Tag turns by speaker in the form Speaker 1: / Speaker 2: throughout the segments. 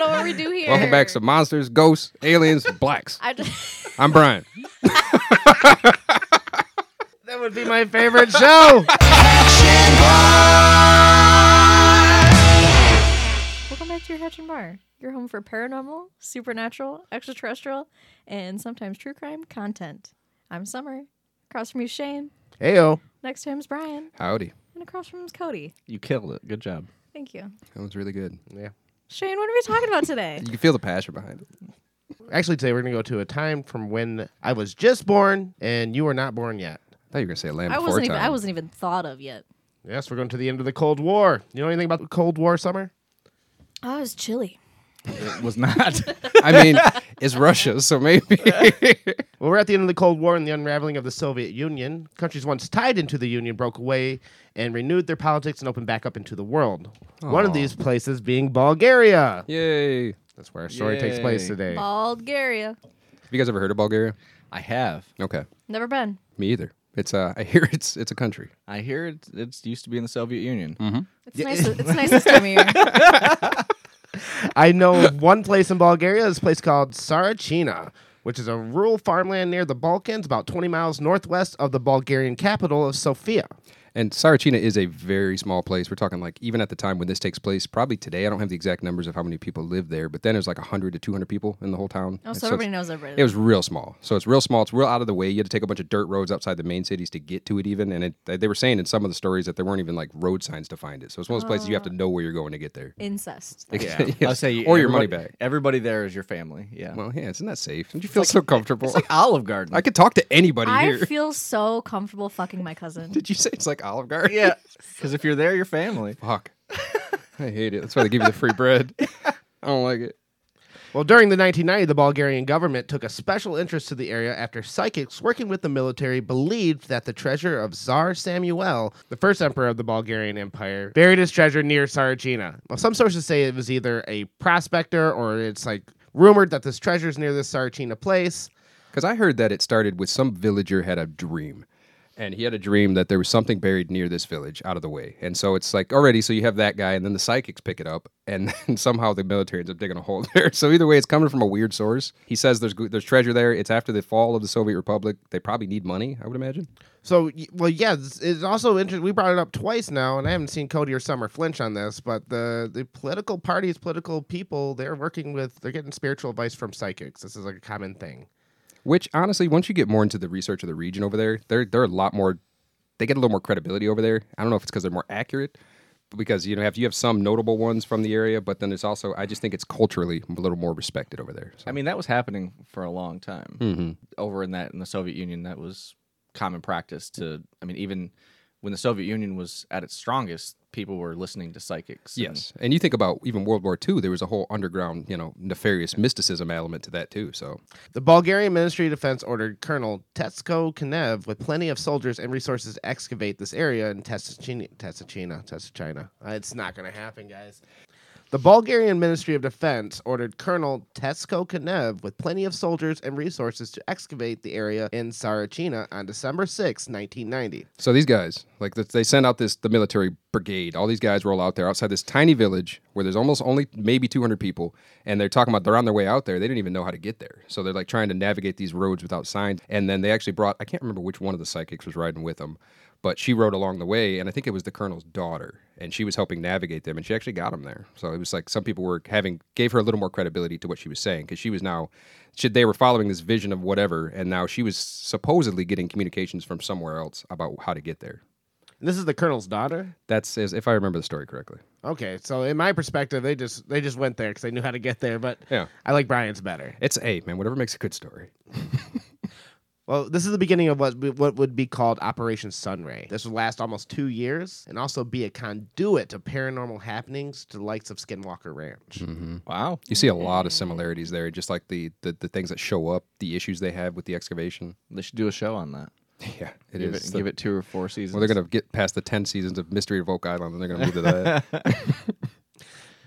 Speaker 1: know what we do here.
Speaker 2: Welcome back to Monsters, Ghosts, Aliens, Blacks.
Speaker 1: I just,
Speaker 2: I'm Brian.
Speaker 3: That would be my favorite show.
Speaker 1: welcome back to your Hatch and Bar. Your home for paranormal, supernatural, extraterrestrial, and sometimes true crime content. I'm Summer. Across from you, Shane.
Speaker 3: Heyo.
Speaker 1: Next to him's Brian,
Speaker 2: Howdy.
Speaker 1: and across from him's Cody.
Speaker 4: You killed it. Good job.
Speaker 1: Thank you,
Speaker 2: That was really good.
Speaker 3: Yeah.
Speaker 1: Shane. What are we talking about today?
Speaker 2: You can feel the passion behind it.
Speaker 3: Actually, today we're gonna go to a time from when I was just born and you were not born yet.
Speaker 2: I thought you were gonna say land
Speaker 1: I
Speaker 2: before
Speaker 1: wasn't even.
Speaker 2: time.
Speaker 1: I wasn't even thought of yet.
Speaker 3: Yes, we're going to the end of the Cold War. You know anything about the Cold War, Summer?
Speaker 1: Oh, it was chilly.
Speaker 4: It was not.
Speaker 2: I mean, it's Russia, so maybe.
Speaker 3: Well, we're at the end of the Cold War and the unraveling of the Soviet Union. Countries once tied into the Union broke away and renewed their politics and opened back up into the world. One of these places being Bulgaria.
Speaker 2: Yay! Have
Speaker 3: That's where our story takes place
Speaker 4: Yay.
Speaker 3: today.
Speaker 1: Bulgaria.
Speaker 2: you guys ever heard of Bulgaria?
Speaker 4: I have.
Speaker 2: Okay,
Speaker 1: Never been.
Speaker 2: me either. It's uh, I hear it's it's a country.
Speaker 4: I hear it, it's used to be in the Soviet Union.
Speaker 2: Mm-hmm.
Speaker 1: It's nice. It's nice this time of year.
Speaker 3: I know one place in Bulgaria, this place called Sarachina, which is a rural farmland near the Balkans, about 20 miles northwest of the Bulgarian capital of Sofia.
Speaker 2: And Sarachina is a very small place. We're talking like even at the time when this takes place, probably today. I don't have the exact numbers of how many people live there, but then it was like hundred to two hundred people in the whole town.
Speaker 1: Oh,
Speaker 2: And
Speaker 1: so
Speaker 2: it's-
Speaker 1: everybody knows everybody.
Speaker 2: It was real small. So it's real small. It's real out of the way. You had to take a bunch of dirt roads outside the main cities to get to it, even. And it, they were saying in some of the stories that there weren't even like road signs to find it. So it's one of those places you have to
Speaker 4: Ah.
Speaker 2: know where you're going to get there.
Speaker 1: incest.
Speaker 2: Yeah.
Speaker 4: I'll say
Speaker 2: or your money
Speaker 4: everybody-
Speaker 2: back.
Speaker 4: Everybody there is your family. Yeah.
Speaker 2: Well, yeah, isn't that safe? Don't you feel so comfortable?
Speaker 4: it's like Olive Garden.
Speaker 2: I could talk to anybody
Speaker 1: I
Speaker 2: here.
Speaker 1: feel so comfortable fucking my cousin.
Speaker 2: Did you say it's like Olive Garden?
Speaker 4: yeah. Because if you're there, you're family.
Speaker 2: Fuck. I hate it. That's why they give you the free bread. I don't like it.
Speaker 3: Well, during the 1990s, the Bulgarian government took a special interest to the area after psychics working with the military believed that the treasure of Tsar Samuel, the first emperor of the Bulgarian Empire, buried his treasure near Sarajina. Well, some sources say it was either a prospector or it's like rumored that this treasure's near this Sarajina place.
Speaker 2: Because I heard that it started with some villager had a dream. And he had a dream that there was something buried near this village out of the way. And so it's like, already, so you have that guy, and then the psychics pick it up, and then somehow the military ends up digging a hole there. So either way, it's coming from a weird source. He says there's, go- there's treasure there. It's after the fall of the Soviet Republic. They probably need money, I would imagine.
Speaker 3: So, y- well, yeah, it's, it's also interesting. We brought it up twice now, and I haven't seen Cody or Summer flinch on this, but the, the political parties, political people, they're working with, they're getting spiritual advice from psychics. This is like a common thing.
Speaker 2: Which, honestly, once you get more into the research of the region over there, they're, they're a lot more, they get a little more credibility over there. I don't know if it's because they're more accurate. Because you know, have you have some notable ones from the area, but then there's also I just think it's culturally a little more respected over there. So.
Speaker 4: I mean, that was happening for a long time.
Speaker 2: Mm-hmm.
Speaker 4: Over in that in the Soviet Union, that was common practice to. I mean, even when the Soviet Union was at its strongest, people were listening to psychics. and-
Speaker 2: Yes, and you think about even World War II, there was a whole underground, you know, nefarious mysticism element to that too. So
Speaker 3: The Bulgarian Ministry of Defense ordered Colonel Tetsko Konev with plenty of soldiers and resources to excavate this area in Tesachina. Tesachina. Tesachina. Uh, it's not going to happen, guys. The Bulgarian Ministry of Defense ordered Colonel Tetsko Konev with plenty of soldiers and resources to excavate the area in Sarachina on December 6, 1990.
Speaker 2: So these guys, like th- they send out this the military brigade. All these guys roll out there outside this tiny village where there's almost only maybe 200 people, and they're talking about they're on their way out there. They didn't even know how to get there, so they're like trying to navigate these roads without signs. And then they actually brought I can't remember which one of the psychics was riding with them, but she rode along the way, and I think it was the colonel's daughter, and she was helping navigate them, and she actually got them there. So it was like some people were having gave her a little more credibility to what she was saying because she was now should they were following this vision of whatever, and now she was supposedly getting communications from somewhere else about how to get there.
Speaker 3: And this is the colonel's daughter?
Speaker 2: That's as if I remember the story correctly.
Speaker 3: Okay, so in my perspective, they just they just went there because they knew how to get there. But
Speaker 2: Yeah.
Speaker 3: I like Brian's better.
Speaker 2: It's a man, whatever makes a good story.
Speaker 3: Well, this is the beginning of what what would be called Operation Sunray. This would last almost two years and also be a conduit to paranormal happenings to the likes of Skinwalker Ranch.
Speaker 2: Mm-hmm.
Speaker 4: Mm-hmm. Wow.
Speaker 2: You see a lot of similarities there, just like the the, the things that show up, the issues they have with the excavation.
Speaker 4: They should do a show on that.
Speaker 2: Yeah, it
Speaker 4: give
Speaker 2: is.
Speaker 4: it give it two or four seasons.
Speaker 2: well, they're gonna get past the ten seasons of Mystery of Oak Island, and they're gonna move to that.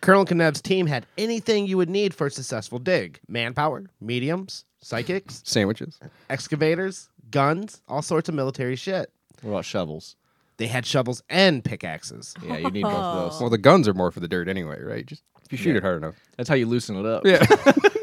Speaker 3: Colonel Knev's team had anything you would need for a successful dig: manpower, mediums, psychics,
Speaker 2: Sandwiches.
Speaker 3: excavators, guns, all sorts of military shit.
Speaker 4: What about shovels?
Speaker 3: They had shovels and pickaxes.
Speaker 4: Yeah, you need both of
Speaker 2: Well,
Speaker 4: those.
Speaker 2: the guns are more for the dirt anyway, right? Just if you shoot
Speaker 4: Yeah.
Speaker 2: it hard enough.
Speaker 4: That's how you loosen it up.
Speaker 2: Yeah.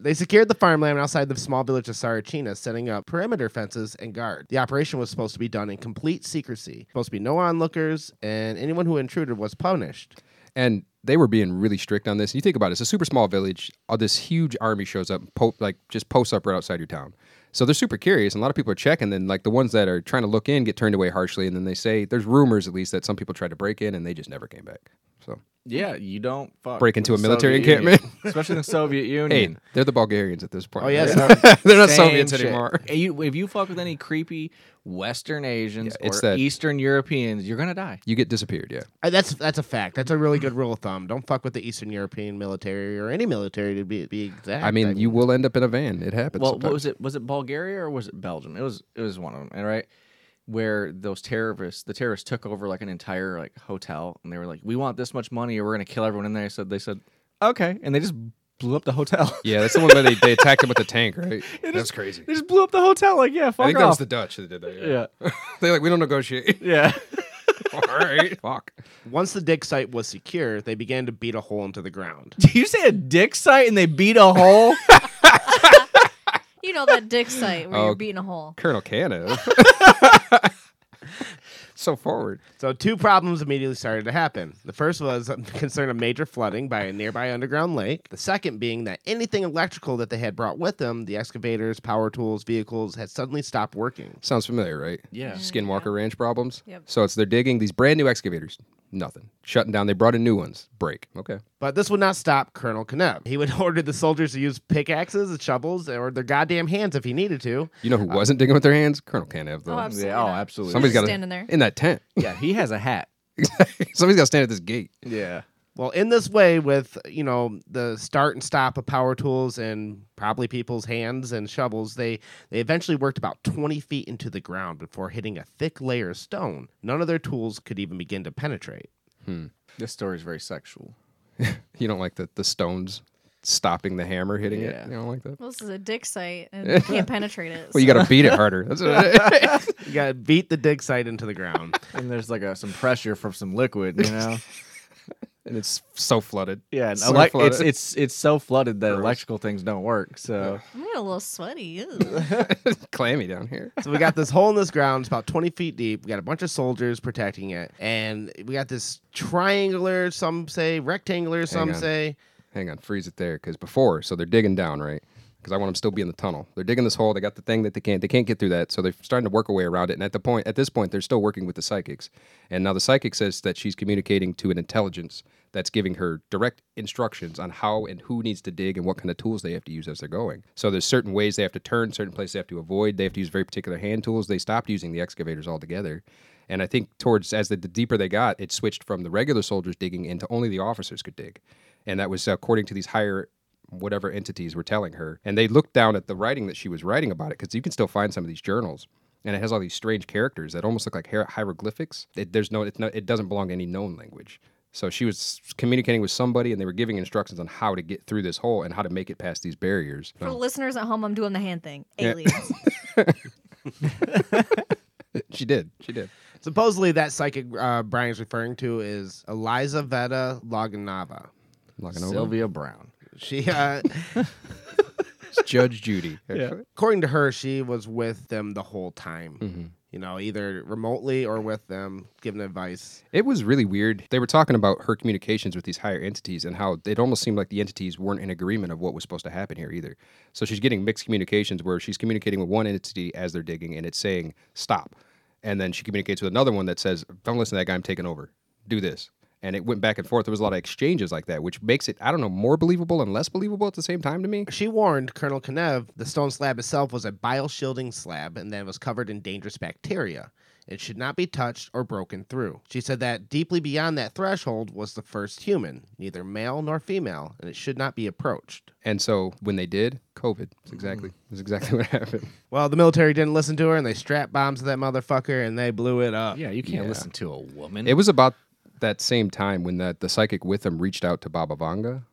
Speaker 3: They secured the farmland outside the small village of Sarachina, setting up perimeter fences and guard. The operation was supposed to be done in complete secrecy. Supposed to be no onlookers, and anyone who intruded was punished.
Speaker 2: and they were being really strict on this. You think about it, it's a super small village. All this huge army shows up, and po- like just posts up right outside your town. So they're super curious, and a lot of people are checking. Then, like the ones that are trying to look in get turned away harshly, and then they say there's rumors at least that some people tried to break in and they just never came back. So
Speaker 4: Yeah, you don't fuck
Speaker 2: Break
Speaker 4: with
Speaker 2: into a
Speaker 4: the
Speaker 2: military
Speaker 4: Soviet
Speaker 2: encampment.
Speaker 4: Union, especially the Soviet
Speaker 2: hey,
Speaker 4: Union.
Speaker 2: they're the Bulgarians at this point.
Speaker 3: Oh, yeah,
Speaker 2: they're not
Speaker 3: Same
Speaker 2: Soviets
Speaker 3: shit.
Speaker 2: anymore.
Speaker 4: Hey, you, if you fuck with any creepy Western Asians
Speaker 2: Yeah, it's
Speaker 4: or
Speaker 2: that-
Speaker 4: Eastern Europeans, you're gonna die.
Speaker 2: You get disappeared. Yeah,
Speaker 3: Uh, that's that's a fact. That's a really good rule of thumb. Don't fuck with the Eastern European military or any military to be, be exact.
Speaker 2: I mean you will end up in a van. It happens.
Speaker 4: Well, what was it? Was it Bulgaria or was it Belgium? It was it was one of them, and right where those terrorists, the terrorists took over like an entire like hotel, and they were like, "We want this much money, or we're gonna kill everyone in there." So they said, "Okay," and they just blew up the hotel.
Speaker 2: Yeah, that's the one where they, they attacked him with a tank, right?
Speaker 4: It
Speaker 2: That's
Speaker 4: is-
Speaker 2: crazy.
Speaker 4: They just blew up the hotel. Like, yeah, fuck
Speaker 2: I think
Speaker 4: off.
Speaker 2: that was the Dutch that did that. Yeah, they're like, we don't negotiate.
Speaker 4: yeah, yeah.
Speaker 2: All right, fuck.
Speaker 3: Once the dig site was secure, they began to beat a hole into the ground.
Speaker 4: Did you say a dick site and they beat a hole?
Speaker 1: You know that dick site where
Speaker 2: Oh.
Speaker 1: you're beating a hole.
Speaker 2: Colonel Canada. so forward.
Speaker 3: So two problems immediately started to happen. The first was a concern of major flooding by a nearby underground lake. The second being that anything electrical that they had brought with them, the excavators, power tools, vehicles, had suddenly stopped working.
Speaker 2: Sounds familiar, right?
Speaker 4: Yeah.
Speaker 2: Skinwalker Ranch problems.
Speaker 1: Yep.
Speaker 2: So it's they're digging these brand new excavators. Nothing. Shutting down. They brought in new ones. Break. Okay.
Speaker 3: But this would not stop Colonel Knepp. He would order the soldiers to use pickaxes and shovels or their goddamn hands if he needed to.
Speaker 2: You know who wasn't digging with their hands? Colonel Canada.
Speaker 1: Oh,
Speaker 2: though.
Speaker 1: absolutely.
Speaker 4: yeah, oh,
Speaker 1: not.
Speaker 4: absolutely.
Speaker 2: Somebody's got to
Speaker 1: Standing there.
Speaker 2: in that tent.
Speaker 4: yeah, he has a hat.
Speaker 2: Somebody's got to stand at this gate.
Speaker 4: Yeah.
Speaker 3: Well, in this way, with you know the start and stop of power tools and probably people's hands and shovels, they they eventually worked about twenty feet into the ground before hitting a thick layer of stone. None of their tools could even begin to penetrate.
Speaker 4: This story is very sexual.
Speaker 2: You don't like the the stones stopping the hammer hitting
Speaker 4: Yeah.
Speaker 2: it. You don't like that.
Speaker 1: Well, this is a dick site and you can't penetrate it.
Speaker 2: Well, you got to beat it harder. That's what
Speaker 3: You got to beat the dig site into the ground.
Speaker 4: And there's like a, some pressure from some liquid, you know?
Speaker 2: and it's so flooded.
Speaker 4: yeah. And
Speaker 2: So
Speaker 4: elec-
Speaker 2: flooded.
Speaker 4: it's it's it's so flooded that electrical things don't work. So
Speaker 1: I'm getting a little sweaty. ew.
Speaker 2: clammy down here.
Speaker 3: so we got this hole in this ground, it's about twenty feet deep. We got a bunch of soldiers protecting it, and we got this triangular. Some say rectangular. Some
Speaker 2: on.
Speaker 3: say
Speaker 2: Hang on, freeze it there, because before, so they're digging down, right? Because I want them to still be in the tunnel. They're digging this hole. They got the thing that they can't. They can't get through that, so they're starting to work a way around it. And at the point, at this point, they're still working with the psychics. And now the psychic says that she's communicating to an intelligence that's giving her direct instructions on how and who needs to dig and what kind of tools they have to use as they're going. So there's certain ways they have to turn, certain places they have to avoid. They have to use very particular hand tools. They stopped using the excavators altogether. And I think towards as the, the deeper they got, it switched from the regular soldiers digging into only the officers could dig, and that was uh, according to these higher whatever entities were telling her. And they looked down at the writing that she was writing about it because you can still find some of these journals, and it has all these strange characters that almost look like hier- hieroglyphics. It, there's no, it's no, it doesn't belong to any known language. So she was communicating with somebody, and they were giving instructions on how to get through this hole and how to make it past these barriers.
Speaker 1: For the listeners at home, I'm doing the hand thing. Aliens.
Speaker 2: She did, she did.
Speaker 3: supposedly that psychic uh, Brian's referring to is Eliza Veda Loganova.
Speaker 2: Looking over.
Speaker 4: Sylvia Brown.
Speaker 3: She, uh,
Speaker 2: It's Judge Judy. actually.
Speaker 3: according to her, she was with them the whole time.
Speaker 4: Mm-hmm.
Speaker 3: You know, either remotely or with them, giving advice.
Speaker 2: It was really weird. They were talking about her communications with these higher entities and how it almost seemed like the entities weren't in agreement of what was supposed to happen here either. So she's getting mixed communications where she's communicating with one entity as they're digging and it's saying, stop. And then she communicates with another one that says, don't listen to that guy, I'm taking over. Do this. And it went back and forth. There was a lot of exchanges like that, which makes it, I don't know, more believable and less believable at the same time to me.
Speaker 3: She warned Colonel Knev the stone slab itself was a bioshielding slab and that it was covered in dangerous bacteria. It should not be touched or broken through. She said that deeply beyond that threshold was the first human, neither male nor female, and it should not be approached.
Speaker 2: And so when they did, COVID. That's exactly, that's exactly what happened.
Speaker 3: Well, the military didn't listen to her and they strapped bombs to that motherfucker and they blew it up.
Speaker 4: Yeah, you can't
Speaker 2: Yeah.
Speaker 4: listen to a woman.
Speaker 2: It was about that same time when that the psychic with him reached out to Baba Vanga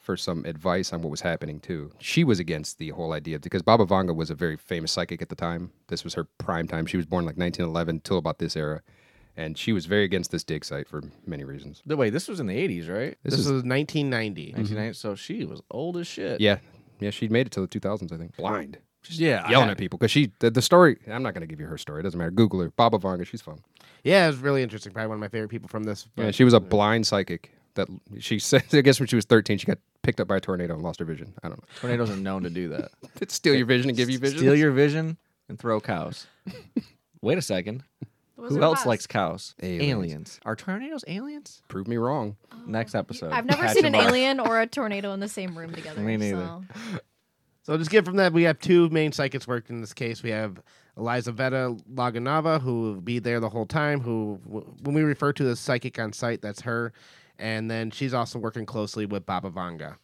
Speaker 2: for some advice on what was happening too. She was against the whole idea because Baba Vanga was a very famous psychic at the time. This was her prime time. She was born like 1911 till about this era, and she was very against this dig site for many reasons.
Speaker 4: The way this was in the eighties, right?
Speaker 3: This, was 1990.
Speaker 4: 1990. So she was old as shit.
Speaker 2: Yeah, yeah, she made it to the 2000s, I think. Blind,
Speaker 4: Just yeah.
Speaker 2: yelling
Speaker 4: I-
Speaker 2: at people because she the, the story. I'm not gonna give you her story. It doesn't matter. Google her. Baba Vanga. She's fun.
Speaker 3: Yeah, it was really interesting. Probably one of my favorite people from this.
Speaker 2: Yeah,
Speaker 3: but-
Speaker 2: she was a blind psychic that she said. I guess when she was 13, she got picked up by a tornado and lost her vision. I don't know.
Speaker 4: Tornadoes are known to do that.
Speaker 2: Did steal your vision and give you vision.
Speaker 4: Steal your vision and throw cows. Wait a second.
Speaker 1: Those
Speaker 4: Who
Speaker 1: are
Speaker 4: else
Speaker 1: bots.
Speaker 4: likes cows?
Speaker 2: Aliens.
Speaker 4: Are tornadoes aliens?
Speaker 2: Prove me wrong.
Speaker 4: Next
Speaker 2: uh,
Speaker 4: episode.
Speaker 1: Oh, I've never
Speaker 4: Patch
Speaker 1: seen an
Speaker 4: of Mars.
Speaker 1: alien or a tornado in the same room together.
Speaker 4: Me neither.
Speaker 1: so-
Speaker 3: So just get from that, we have two main psychics worked in this case. We have Eliza Veta Laganava, who will be there the whole time. Who, when we refer to the psychic on site, that's her. And then she's also working closely with Baba Vanga,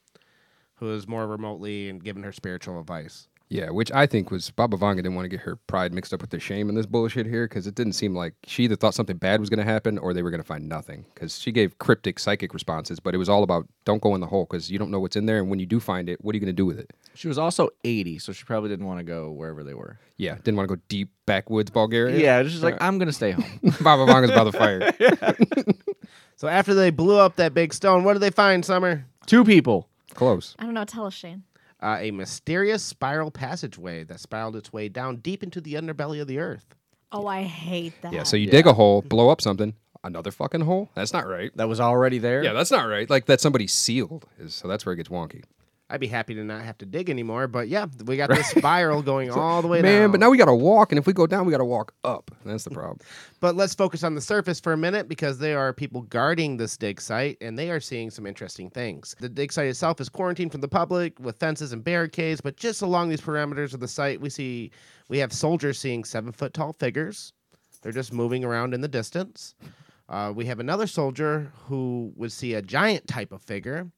Speaker 3: who is more remotely and giving her spiritual advice.
Speaker 2: Yeah, which I think was Baba Vanga didn't want to get her pride mixed up with the shame in this bullshit here because it didn't seem like she either thought something bad was going to happen or they were going to find nothing because she gave cryptic psychic responses, but it was all about don't go in the hole because you don't know what's in there and when you do find it, what are you going to do with it?
Speaker 4: She was also 80, so she probably didn't want to go wherever they were.
Speaker 2: Yeah, didn't want to go deep backwoods Bulgaria.
Speaker 4: Yeah, she's like, I'm going to stay home.
Speaker 2: Baba Vanga's by the fire.
Speaker 3: So after they blew up that big stone, what did they find, Summer?
Speaker 4: Two people.
Speaker 2: Close.
Speaker 1: I don't know. Tell us, Shane.
Speaker 3: Uh, a mysterious spiral passageway that spiraled its way down deep into the underbelly of the earth.
Speaker 1: Oh, I hate that.
Speaker 2: Yeah, so you dig a hole, blow up something, another fucking hole? That's not right.
Speaker 4: That was already there.
Speaker 2: Yeah, that's not right. Like that somebody sealed is so that's where it gets wonky.
Speaker 3: I'd be happy to not have to dig anymore, but yeah, we got this spiral going all the way
Speaker 2: Man,
Speaker 3: down.
Speaker 2: but now we gotta walk, and if we go down, we gotta walk up. That's the problem.
Speaker 3: But let's focus on the surface for a minute because there are people guarding this dig site and they are seeing some interesting things. The dig site itself is quarantined from the public with fences and barricades, but just along these perimeters of the site, we see we have soldiers seeing seven foot tall figures. They're just moving around in the distance. Uh, we have another soldier who would see a giant type of figure,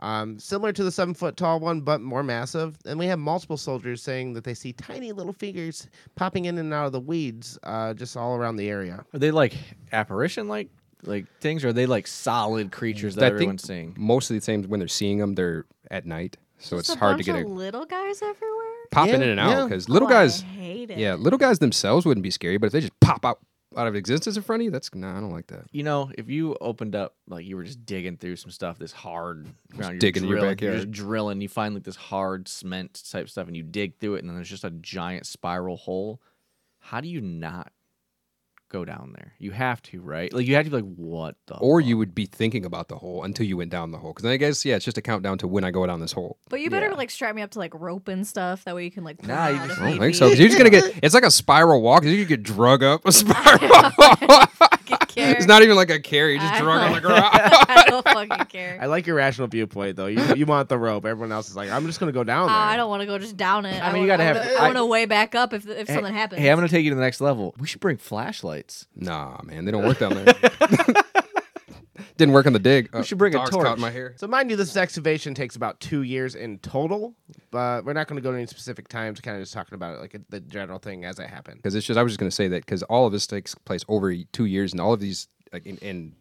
Speaker 3: um, similar to the seven foot tall one, but more massive. And we have multiple soldiers saying that they see tiny little figures popping in and out of the weeds uh, just all around the area.
Speaker 4: Are they like apparition like like things, or are they like solid creatures that
Speaker 2: I think
Speaker 4: everyone's seeing?
Speaker 2: Most of the times when they're seeing them, they're at night, so
Speaker 1: Just
Speaker 2: it's
Speaker 1: a
Speaker 2: hard to
Speaker 1: bunch
Speaker 2: get
Speaker 1: of
Speaker 2: a
Speaker 1: little guys everywhere.
Speaker 2: pop in
Speaker 3: Yeah,
Speaker 2: and
Speaker 3: yeah.
Speaker 2: out because little
Speaker 1: Oh,
Speaker 2: guys,
Speaker 1: I hate it.
Speaker 2: yeah, little guys themselves wouldn't be scary, but if they just pop out out of existence in front of you, that's nah, I don't like that.
Speaker 4: You know, if you opened up like you were just digging through some stuff, this hard ground, you're
Speaker 2: digging your
Speaker 4: drilling, you're just
Speaker 2: backyard.
Speaker 4: drilling, you find like this hard cement type stuff, and you dig through it, and then there's just a giant spiral hole. How do you not go down there? You have to, right? Like you have to be like, what the?
Speaker 2: Or
Speaker 4: fuck?
Speaker 2: you would be thinking about the hole until you went down the hole, because I guess yeah, it's just a countdown to when I go down this hole.
Speaker 1: But you better
Speaker 4: Yeah.
Speaker 1: like strap me up to like rope and stuff. That way you can like. pull
Speaker 4: Nah,
Speaker 1: me
Speaker 4: you
Speaker 1: out
Speaker 4: just-
Speaker 1: if
Speaker 2: I don't
Speaker 1: need be.
Speaker 2: think so. 'cause You're just gonna get it's like a spiral walk. 'cause You could get drug up a spiral.
Speaker 1: Fucking care.
Speaker 2: it's not even like a carry, just
Speaker 1: I
Speaker 2: drug on
Speaker 1: know.
Speaker 2: the ground.
Speaker 1: I don't fucking care.
Speaker 3: I like your rational viewpoint, though. You, you want the rope. Everyone else is like, I'm just going to go down
Speaker 1: Uh,
Speaker 3: there.
Speaker 1: I don't want to go just down it.
Speaker 4: Oh, I mean, you
Speaker 1: wanna-
Speaker 4: gotta
Speaker 1: I
Speaker 4: have-
Speaker 1: wanna- I
Speaker 4: I-
Speaker 1: want to weigh back up if if
Speaker 4: Hey-
Speaker 1: something happens.
Speaker 4: Hey, I'm gonna take you to the next level. We should bring flashlights.
Speaker 2: nah, man, they don't work down there. Didn't work on the dig. We
Speaker 4: should bring a torch.
Speaker 2: Caught in my hair.
Speaker 3: So, mind you, this excavation takes about two years in total, but we're not going to go to any specific times, kind of just talking about it, like uh, the general thing as it happened.
Speaker 2: because it's just I was just gonna say that because all of this takes place over y- two years, and all of these like in, in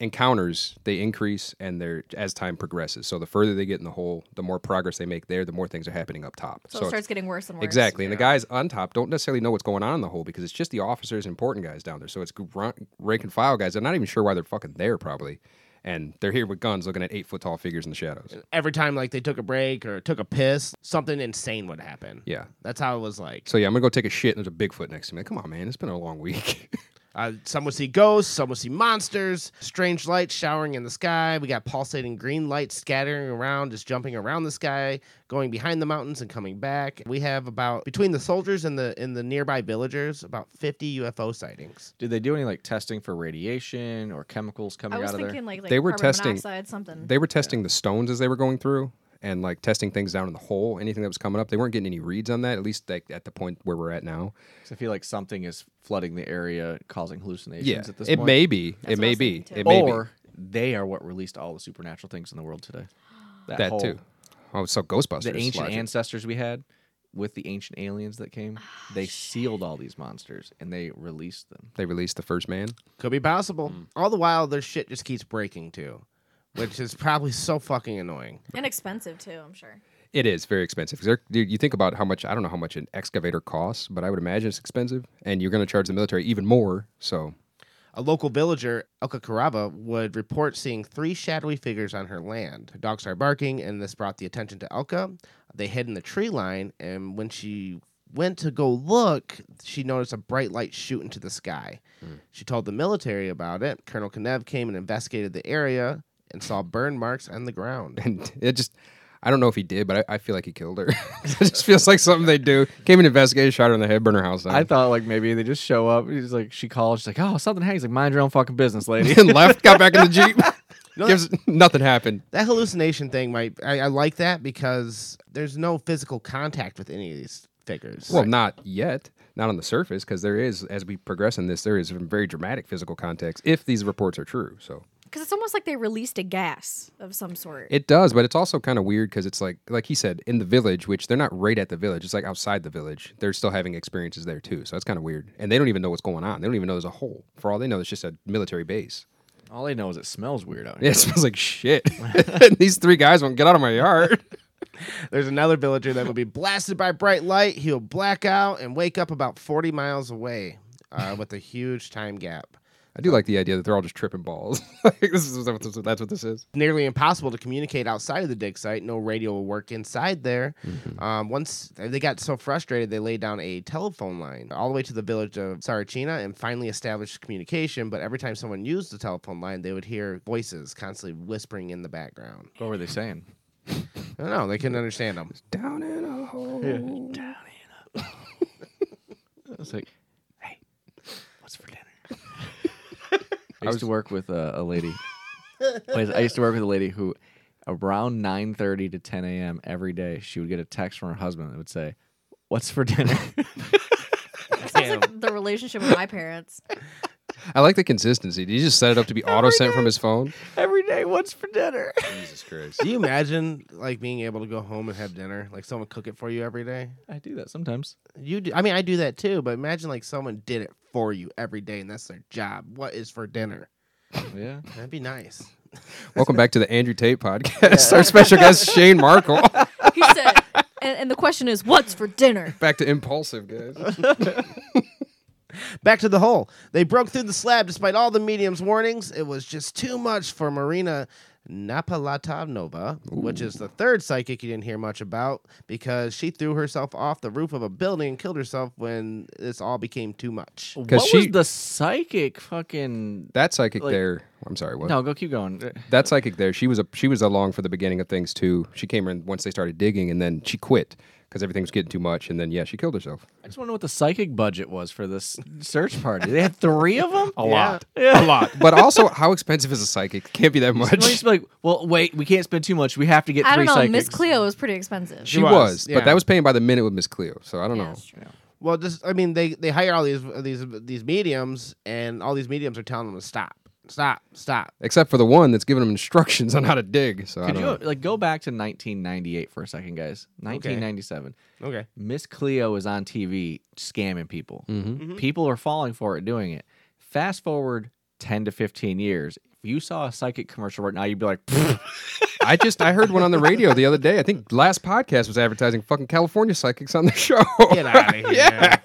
Speaker 2: encounters they increase and they're as time progresses. So the further they get in the hole, the more progress they make there, the more things are happening up top.
Speaker 1: so, it
Speaker 2: it's-
Speaker 1: starts getting worse and worse.
Speaker 2: Exactly, and the guys on top don't necessarily know what's going on in the hole because it's just the officers, and important guys down there. So it's gr- run- rank and file guys. They're not even sure why they're fucking there, probably, and they're here with guns, looking at eight foot tall figures in the shadows.
Speaker 3: Every time, like, they took a break or took a piss, something insane would happen.
Speaker 2: Yeah.
Speaker 3: That's how it was like.
Speaker 2: So yeah, I'm gonna go take a shit, and there's a Bigfoot next to me. Like, Come on, man, it's been a long week.
Speaker 3: Uh, some would see ghosts, some would see monsters, strange lights showering in the sky. We got pulsating green lights scattering around, just jumping around the sky, going behind the mountains and coming back. We have about between the soldiers and the and the nearby villagers about 50 UFO sightings.
Speaker 4: Did they do any like testing for radiation or chemicals coming
Speaker 1: I was
Speaker 4: out of there?
Speaker 1: thinking like, like
Speaker 2: They were
Speaker 1: carbon
Speaker 2: testing-
Speaker 1: monoxide something.
Speaker 2: they were testing the stones as they were going through and like testing things down in the hole anything that was coming up they weren't getting any reads on that at least like at the point where we're at now
Speaker 4: 'Cause I feel like something is flooding the area, causing hallucinations
Speaker 2: yeah
Speaker 4: at this
Speaker 2: it
Speaker 4: point.
Speaker 2: may be
Speaker 1: That's what
Speaker 2: it
Speaker 1: I
Speaker 2: may
Speaker 1: was
Speaker 2: be
Speaker 1: thinking, too.
Speaker 2: it may
Speaker 4: or they are what released all the supernatural things in the world today.
Speaker 2: be that
Speaker 4: whole-
Speaker 2: too oh so ghostbusters
Speaker 4: The ancient
Speaker 2: logic.
Speaker 4: ancestors we had with the ancient aliens that came,
Speaker 1: Ah,
Speaker 4: they sealed all these monsters and they released them.
Speaker 2: they released the first man
Speaker 3: Could be possible. All the while, their shit just keeps breaking too. which is probably so fucking annoying.
Speaker 1: And expensive too, I'm sure.
Speaker 2: It is very expensive. 'Cause they're- Dude, you think about how much I don't know how much an excavator costs, but I would imagine it's expensive, and you're going to charge the military even more. So
Speaker 3: A local villager, Elka Carava, would report seeing three shadowy figures on her land. Her dog started barking, and this brought the attention to Elka. They hid in the tree line, and when she went to go look, she noticed a bright light shoot into the sky. She told the military about it. Colonel Kenev came and investigated the area and saw burn marks on the ground.
Speaker 2: and it just I don't know if he did, but I, I feel like he killed her. it just feels like something they do. Came and investigated, shot her in the head, burned her house down,
Speaker 4: I thought like maybe they just show up. He's like, she calls. She's like, oh, something hangs. Like, mind your own fucking business, lady.
Speaker 2: and left. Got back in the jeep.
Speaker 3: know
Speaker 2: Gives- nothing happened.
Speaker 3: That hallucination thing might I, I like that because there's no physical contact with any of these figures.
Speaker 2: Well, not yet. Not on the surface, because there is, as we progress in this, there is very dramatic physical context if these reports are true. So
Speaker 1: Because it's almost like they released a gas of some sort.
Speaker 2: It does, but it's also kind of weird because it's like, like he said, in the village, which they're not right at the village. It's like outside the village. They're still having experiences there too, so that's kind of weird. And they don't even know what's going on. They don't even know there's a hole. For all they know, it's just a military base.
Speaker 4: All they know is it smells weird out here.
Speaker 2: Yeah, it smells like shit. These three guys won't get out of my yard.
Speaker 3: There's another villager that will be blasted by bright light. He'll black out and wake up about 40 miles away uh, with a huge time gap.
Speaker 2: I do like the idea that they're all just tripping balls. like, this is that's what- that's what this is.
Speaker 3: Nearly impossible to communicate outside of the dig site. No radio will work inside there. Um, once they got so frustrated, they laid down a telephone line all the way to the village of Sarachina and finally established communication. But every time someone used the telephone line, they would hear voices constantly whispering in the background.
Speaker 4: What were they saying?
Speaker 3: I don't know. They couldn't understand them.
Speaker 2: Down in a hole.
Speaker 4: I was like, hey, what's for dinner? I used to work with a, a lady. I used- I used to work with a lady who, around nine thirty to ten a.m. every day, she would get a text from her husband that would say, "What's for dinner?"
Speaker 1: Sounds like the relationship with my parents.
Speaker 2: I like the consistency. Did you just set it up to be auto sent from his phone?
Speaker 4: every day, what's for dinner?
Speaker 2: Jesus Christ.
Speaker 3: Do you imagine like being able to go home and have dinner, like someone cook it for you every day?
Speaker 4: I do that sometimes.
Speaker 3: You do. I mean, I do that too. But imagine like someone did it for you every day, and that's their job. What is for dinner?
Speaker 4: Yeah.
Speaker 3: That'd be nice.
Speaker 2: Welcome back to the Andrew Tate podcast. Our special guest Shane Markle.
Speaker 1: He said, and, and the question is, what's for dinner?
Speaker 2: back to impulsive guys.
Speaker 3: Back to the hole. They broke through the slab despite all the medium's warnings. It was just too much for Marina Napalatanova, which is the third psychic you didn't hear much about because she threw herself off the roof of a building and killed herself when this all became too much.
Speaker 4: What was
Speaker 2: she-
Speaker 4: the psychic fucking?
Speaker 2: That psychic
Speaker 4: Like-
Speaker 2: there. I'm sorry. What?
Speaker 4: No, go keep going.
Speaker 2: That psychic there. She was a she was along for the beginning of things too. She came in once they started digging, and then she quit because everything was getting too much. And then yeah, she killed herself.
Speaker 4: I just want to know what the psychic budget was for this search party. They had three of them.
Speaker 2: A lot. A lot. But also, how expensive is a psychic? Can't be that
Speaker 4: Well,
Speaker 2: much.
Speaker 4: just be like, well, wait, we can't spend too much. We have to get
Speaker 1: I don't
Speaker 4: three
Speaker 1: know.
Speaker 4: psychics.
Speaker 1: Miss Cleo was pretty expensive.
Speaker 2: She
Speaker 3: was,
Speaker 2: was,
Speaker 3: yeah.
Speaker 2: but that was paying by the minute with Miss Cleo. So I don't
Speaker 1: Yeah,
Speaker 2: know.
Speaker 1: that's true.
Speaker 3: Well, just I mean, they they hire all these these these mediums, and all these mediums are telling them to stop, stop, stop.
Speaker 2: Except for the one that's giving them instructions on how to dig. So I
Speaker 4: Could
Speaker 2: don't know.
Speaker 4: you like go back to 1998 for a second, guys? 1997.
Speaker 3: Okay.
Speaker 4: Miss Cleo is on TV scamming people.
Speaker 2: Mm-hmm.
Speaker 4: People are falling for it, doing it. Fast forward 10 to 15 years. If you saw a psychic commercial right now, you'd be like, "Pfft,
Speaker 2: I just I heard one on the radio the other day. I think last podcast was advertising fucking California psychics on the show.
Speaker 3: Get out of here.
Speaker 2: yeah.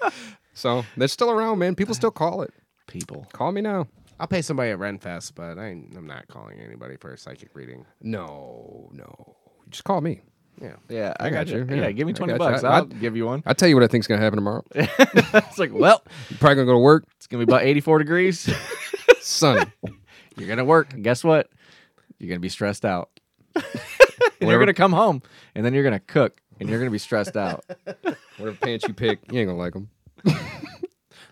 Speaker 2: So they're still around, man. People still call it.
Speaker 4: people.
Speaker 2: Call me now.
Speaker 3: I'll pay somebody at Renfest, but I, ain't- I'm not calling anybody for a psychic reading.
Speaker 2: No, no. Just call me.
Speaker 3: Yeah.
Speaker 4: Yeah, I,
Speaker 2: got
Speaker 4: got, you.
Speaker 2: you.
Speaker 4: Yeah,
Speaker 2: Yeah,
Speaker 4: give me
Speaker 2: I
Speaker 4: 20
Speaker 2: got you.
Speaker 4: bucks.
Speaker 2: I-
Speaker 4: I'll
Speaker 2: I-
Speaker 4: give you one.
Speaker 2: I'll tell you what I think's gonna happen tomorrow. You're
Speaker 4: it's like, well,
Speaker 2: probably gonna go to work.
Speaker 4: it's going to be about 84 degrees.
Speaker 2: Sunny.
Speaker 4: You're going to work. And guess what? You're going to be stressed out. and you're
Speaker 2: Whatever.
Speaker 4: going to come home and then you're going to cook and you're going to be stressed out.
Speaker 2: Whatever pants you pick, you ain't gonna like them.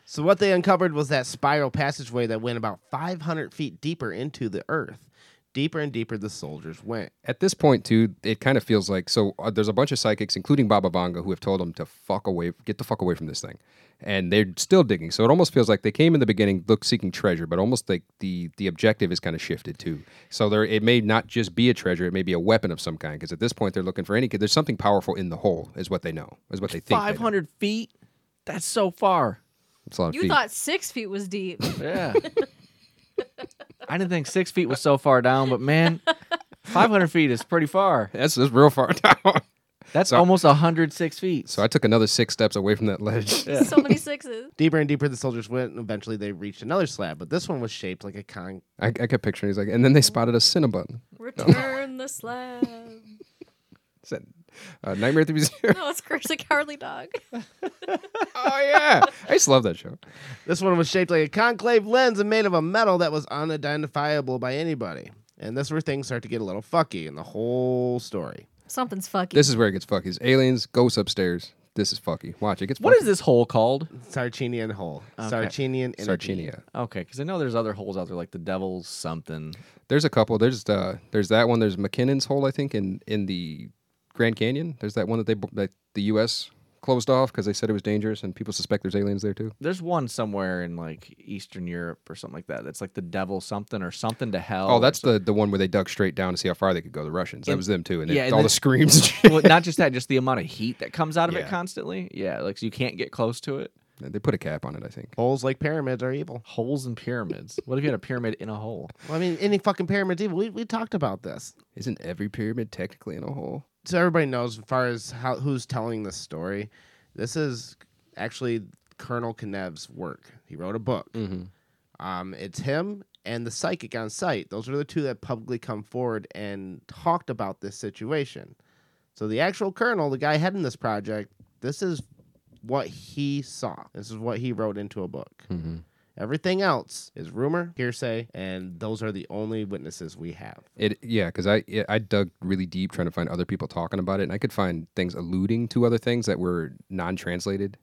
Speaker 3: So what they uncovered was that spiral passageway that went about 500 feet deeper into the earth. Deeper and deeper the soldiers went.
Speaker 2: At this point, too, it kind of feels like so. Uh, there's a bunch of psychics, including Baba Vanga, who have told them to fuck away, get the fuck away from this thing, and they're still digging. So it almost feels like they came in the beginning, look seeking treasure, but almost like the the objective is kind of shifted too. So there, it may not just be a treasure; it may be a weapon of some kind. Because at this point, they're looking for any. There's something powerful in the hole, is what they know, is what they think. they know.
Speaker 4: 500 feet? That's so far.
Speaker 2: It's a lot of
Speaker 1: You
Speaker 2: feet.
Speaker 1: thought six feet was deep.
Speaker 4: Yeah. I didn't think six feet was so far down, but man, 500 feet is pretty far.
Speaker 2: That's that's real far down.
Speaker 4: That's
Speaker 2: So-
Speaker 4: almost 106 feet.
Speaker 2: So I took another six steps away from that ledge.
Speaker 1: So many sixes.
Speaker 3: Deeper and deeper the soldiers went, and eventually they reached another slab. But this one was shaped like a con.
Speaker 2: I, I kept picturing. He's like, and then they spotted a Cinnabon.
Speaker 1: Return the slab.
Speaker 2: Is that uh, Nightmare at the Museum?
Speaker 1: No, it's Crazy Cowardly Dog.
Speaker 2: oh yeah, I just love that show.
Speaker 3: This one was shaped like a concave lens and made of a metal that was unidentifiable by anybody. And this is where things start to get a little fucky in the whole story.
Speaker 1: Something's fucky.
Speaker 2: This is where it gets fucky. It's aliens, ghosts upstairs. This is fucky. Watch it gets.
Speaker 4: what
Speaker 2: fucky.
Speaker 4: is this hole called?
Speaker 3: Sarchinian hole. Sarchinian. energy.
Speaker 2: Sarchinia?
Speaker 4: Okay, because I know there's other holes out there, like the devil's something.
Speaker 2: There's a couple. There's uh, there's that one. There's McKinnon's hole, I think, in in the Grand Canyon. There's that one that they bo- that the U.S. closed off because they said it was dangerous, and people suspect there's aliens there too.
Speaker 4: There's one somewhere in like Eastern Europe or something like that. That's like the devil something or something to hell.
Speaker 2: Oh,
Speaker 4: or
Speaker 2: that's the the one where they dug straight down to see how far they could go. The Russians. That
Speaker 4: And-
Speaker 2: was them too, and
Speaker 4: yeah,
Speaker 2: it-
Speaker 4: and
Speaker 2: all
Speaker 4: then-
Speaker 2: the screams. and shit.
Speaker 4: well, not just that, just the amount of heat that comes out of
Speaker 2: Yeah.
Speaker 4: it constantly. Yeah, like so you can't get close to it.
Speaker 2: they put a cap on it, I think.
Speaker 3: Holes like pyramids are evil.
Speaker 4: Holes and pyramids. what if you had a pyramid in a hole?
Speaker 3: Well, I mean, any fucking pyramid's evil. We, we talked about this.
Speaker 2: Isn't every pyramid technically in a hole?
Speaker 3: so everybody knows as far as how who's telling this story. This is actually Colonel Kenev's work. He wrote a book.
Speaker 4: Mm-hmm.
Speaker 3: Um, it's him and the psychic on site. Those are the two that publicly come forward and talked about this situation. So the actual colonel, the guy heading this project, this is what he saw. This is what he wrote into a book.
Speaker 4: Mm-hmm.
Speaker 3: Everything else is rumor, hearsay, and those are the only witnesses we have.
Speaker 2: It yeah, because I yeah, I dug really deep trying to find other people talking about it, and I could find things alluding to other things that were non-translated.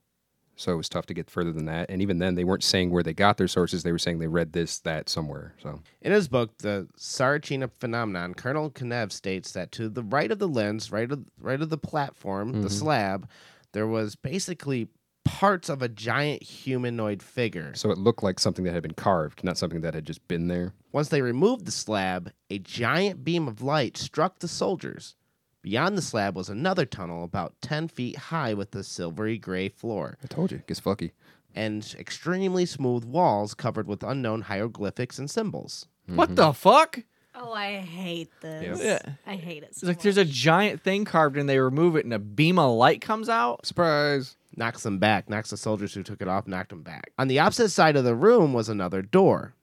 Speaker 2: So it was tough to get further than that, and even then, they weren't saying where they got their sources. They were saying they read this that somewhere. So
Speaker 3: In his book, The Sarachina Phenomenon, Colonel Kenev states that to the right of the lens, right of, right of the platform, the slab, there was basically parts of a giant humanoid figure.
Speaker 2: so it looked like something that had been carved, not something that had just been there.
Speaker 3: Once they removed the slab, a giant beam of light struck the soldiers. Beyond the slab was another tunnel about 10 feet high with a silvery gray floor
Speaker 2: I told you, it gets fucky.
Speaker 3: and extremely smooth walls covered with unknown hieroglyphics and symbols.
Speaker 2: Mm-hmm.
Speaker 4: What the fuck?
Speaker 1: Oh, I hate this.
Speaker 4: Yep. Yeah.
Speaker 1: I hate it.
Speaker 4: It's
Speaker 1: So
Speaker 4: like there's a giant thing carved and they remove it and a beam of light comes out.
Speaker 2: Surprise!
Speaker 3: knocks them back, knocks the soldiers who took it off, knocked them back. On the opposite side of the room was another door.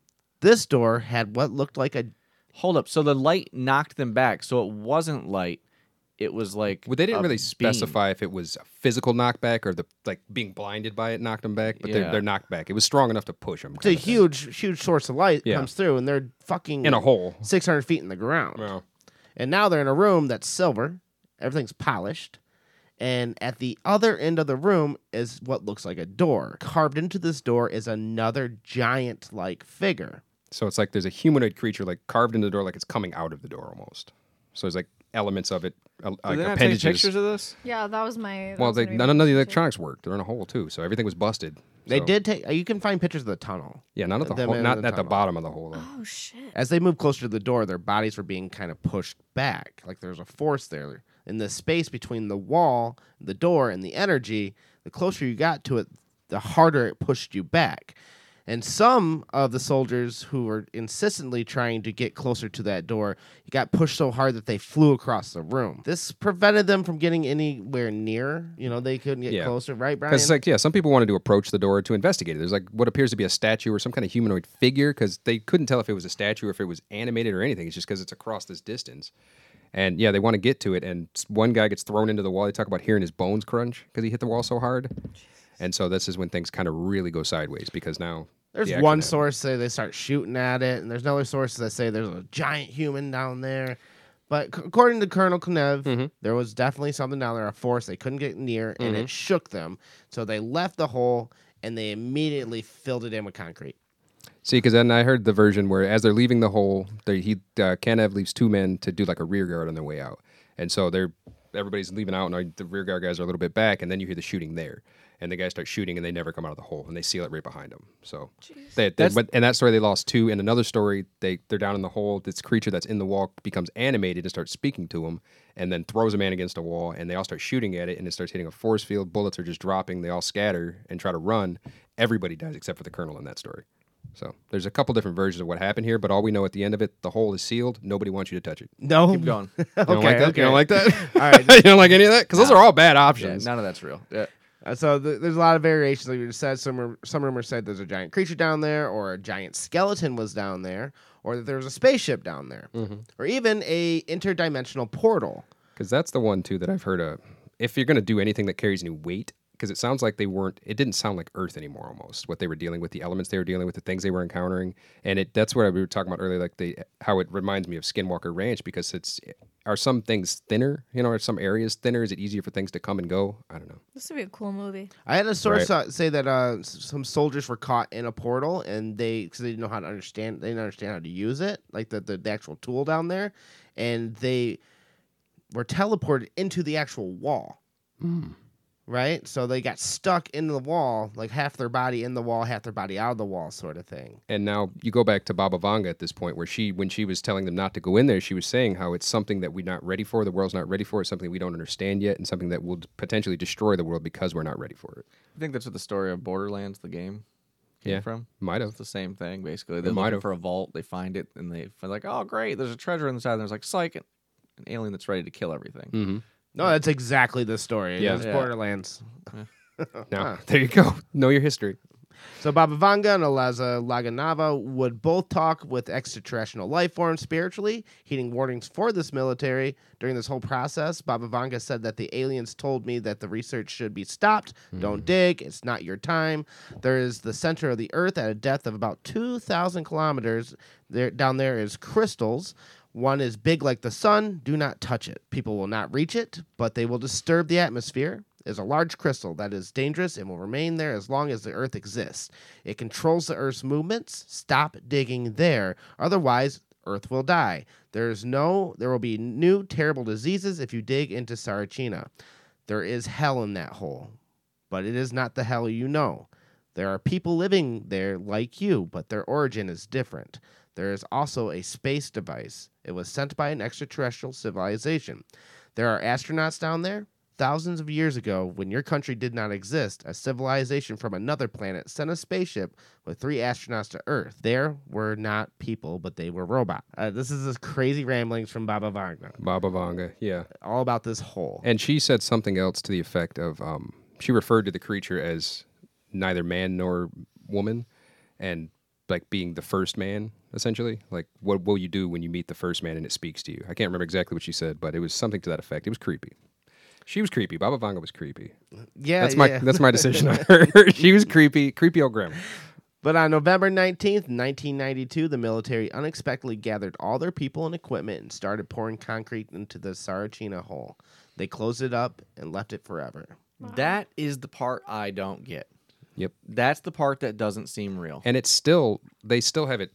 Speaker 3: This door had what looked like a
Speaker 4: Hold up. So the light knocked them back. So it wasn't light. It was like
Speaker 2: Well, they
Speaker 4: a
Speaker 2: didn't really
Speaker 4: beam.
Speaker 2: specify if it was a physical knockback or the like being blinded by it knocked them back, but
Speaker 4: Yeah.
Speaker 2: they're, they're knocked back. It was strong enough to push them.
Speaker 3: it's a huge, huge source of light
Speaker 2: Yeah.
Speaker 3: comes through, and they're fucking
Speaker 2: in a hole.
Speaker 3: six hundred feet in the ground.
Speaker 2: Well,
Speaker 3: And now they're in a room that's silver, everything's polished, and at the other end of the room is what looks like a door. Carved into this door is another giant-like figure.
Speaker 2: So it's like there's a humanoid creature like carved into the door, like it's coming out of the door almost. So there's like elements of it, uh,
Speaker 4: Did
Speaker 2: like
Speaker 4: they not take
Speaker 2: appendages.
Speaker 4: pictures of this?
Speaker 1: yeah, that was my. that
Speaker 2: well,
Speaker 1: was
Speaker 2: they,
Speaker 1: gonna be
Speaker 2: none,
Speaker 1: my
Speaker 2: none of the
Speaker 1: picture.
Speaker 2: electronics worked. They're in a hole too, so everything was busted.
Speaker 3: They
Speaker 2: So-
Speaker 3: did take. You can find pictures of the tunnel.
Speaker 2: yeah, not at the
Speaker 3: them
Speaker 2: hole,
Speaker 3: in
Speaker 2: not
Speaker 3: the
Speaker 2: at the
Speaker 3: tunnel.
Speaker 2: bottom of the hole. Though.
Speaker 1: Oh shit.
Speaker 3: As they moved closer to the door, their bodies were being kind of pushed back, like there was a force there. In the space between the wall, the door, and the energy, the closer you got to it, the harder it pushed you back. And some of the soldiers who were insistently trying to get closer to that door got pushed so hard that they flew across the room. This prevented them from getting anywhere near. You know, they couldn't get
Speaker 2: Yeah.
Speaker 3: closer, right, Brian?
Speaker 2: Because like yeah, some people wanted to approach the door to investigate it. There's like what appears to be a statue or some kind of humanoid figure because they couldn't tell if it was a statue or if it was animated or anything. It's just because it's across this distance. And yeah, they want to get to it, and s- one guy gets thrown into the wall. They talk about hearing his bones crunch because he hit the wall so hard. And so this is when things kind of really go sideways because now
Speaker 3: There's
Speaker 2: the action
Speaker 3: one
Speaker 2: happens.
Speaker 3: source say they start shooting at it, and there's another source that say there's a giant human down there. But c- according to Colonel Knev,
Speaker 2: Mm-hmm.
Speaker 3: there was definitely something down there, a force they couldn't get near, and it shook them. So they left the hole and they immediately filled it in with concrete.
Speaker 2: See, because then I heard the version where as they're leaving the hole, they, he uh, Kanev leaves two men to do like a rear guard on their way out, and so they're everybody's leaving out, and the rear guard guys are a little bit back, and then you hear the shooting there, and the guys start shooting, and they never come out of the hole, and they seal it right behind them. So, they, they,
Speaker 4: That's-
Speaker 2: but in that story they lost two, and another story they they're down in the hole. This creature that's in the wall becomes animated and starts speaking to them, and then throws a man against a wall, and they all start shooting at it, and it starts hitting a force field. Bullets are just dropping. They all scatter and try to run. Everybody dies except for the colonel in that story. So there's a couple different versions of what happened here, but all we know at the end of it, the hole is sealed. Nobody wants you to touch it.
Speaker 3: No.
Speaker 4: Keep going.
Speaker 2: You don't like
Speaker 3: Okay,
Speaker 2: that? You don't
Speaker 3: okay.
Speaker 2: like that?
Speaker 3: All right.
Speaker 2: you don't like any of that? Because those are all bad
Speaker 4: Yeah,
Speaker 2: options.
Speaker 4: none of that's real. Yeah.
Speaker 3: Uh, so th- there's a lot of variations. Like we just said, some ru- some rumors said there's a giant creature down there, or a giant skeleton was down there, or that there was a spaceship down there,
Speaker 2: Mm-hmm.
Speaker 3: or even a interdimensional portal.
Speaker 2: Because that's the one too that I've heard of. If you're going to do anything that carries any weight, because it sounds like they weren't. It didn't sound like Earth anymore. Almost what they were dealing with, the elements they were dealing with, the things they were encountering, and it. That's what we were talking about earlier, like the how it reminds me of Skinwalker Ranch because it's are some things thinner. You know, are some areas thinner? Is it easier for things to come and go? I don't know.
Speaker 1: This would be a cool movie.
Speaker 3: I had a source uh, say that uh, s- some soldiers were caught in a portal, and they because they didn't know how to understand, they didn't understand how to use it, like the, the the actual tool down there, and they were teleported into the actual wall. Right, so they got stuck in the wall, like half their body in the wall, half their body out of the wall, sort of thing.
Speaker 2: And now you go back to Baba Vanga at this point, where she, when she was telling them not to go in there, she was saying how it's something that we're not ready for, the world's not ready for, it's something we don't understand yet, and something that will potentially destroy the world because we're not ready for it.
Speaker 4: I think that's what the story of Borderlands, the game, came
Speaker 2: Yeah.
Speaker 4: from.
Speaker 2: Might have.
Speaker 4: It's the same thing, basically. They're
Speaker 2: might
Speaker 4: looking
Speaker 2: have.
Speaker 4: for a vault. They find it, and they find like, oh, great, there's a treasure inside. And there's like, psych, an alien that's ready to kill everything.
Speaker 2: Mm-hmm.
Speaker 3: No, that's exactly the story.
Speaker 2: Yeah.
Speaker 3: It was
Speaker 4: Yeah.
Speaker 3: Borderlands.
Speaker 2: Now,
Speaker 3: Huh.
Speaker 2: there you go. Know your history.
Speaker 3: So Baba Vanga and Eliza Laganava would both talk with extraterrestrial life forms spiritually, heeding warnings for this military. During this whole process, Baba Vanga said that the aliens told me that the research should be stopped. Don't dig. It's not your time. There is the center of the Earth at a depth of about 2,000 kilometers. There, down there is crystals. One is big like the sun. Do not touch it. People will not reach it, but they will disturb the atmosphere. Is a large crystal that is dangerous and will remain there as long as the Earth exists. It controls the Earth's movements. Stop digging there, otherwise Earth will die. There is no, there will be new terrible diseases if you dig into Sarachina. There is hell in that hole, but it is not the hell you know. There are people living there like you, but their origin is different. There is also a space device. It was sent by an extraterrestrial civilization. There are astronauts down there. Thousands of years ago, when your country did not exist, a civilization from another planet sent a spaceship with three astronauts to Earth. There were not people, but they were robots. Uh, this is this crazy ramblings from Baba Wagner,
Speaker 2: Baba Vanga, yeah.
Speaker 3: all about this hole.
Speaker 2: And she said something else to the effect of um, she referred to the creature as neither man nor woman and like being the first man, essentially. Like, what will you do when you meet the first man and it speaks to you? I can't remember exactly what she said, but it was something to that effect. It was creepy. She was creepy. Baba Vanga was creepy.
Speaker 3: yeah,
Speaker 2: That's my
Speaker 3: yeah.
Speaker 2: that's my decision on her. she was creepy, creepy old grandma.
Speaker 3: But on November 19th, 1992, the military unexpectedly gathered all their people and equipment and started pouring concrete into the Sarachina hole. They closed it up and left it forever.
Speaker 4: That is the part I don't get.
Speaker 2: Yep.
Speaker 4: That's the part that doesn't seem real.
Speaker 2: and it's still they still have it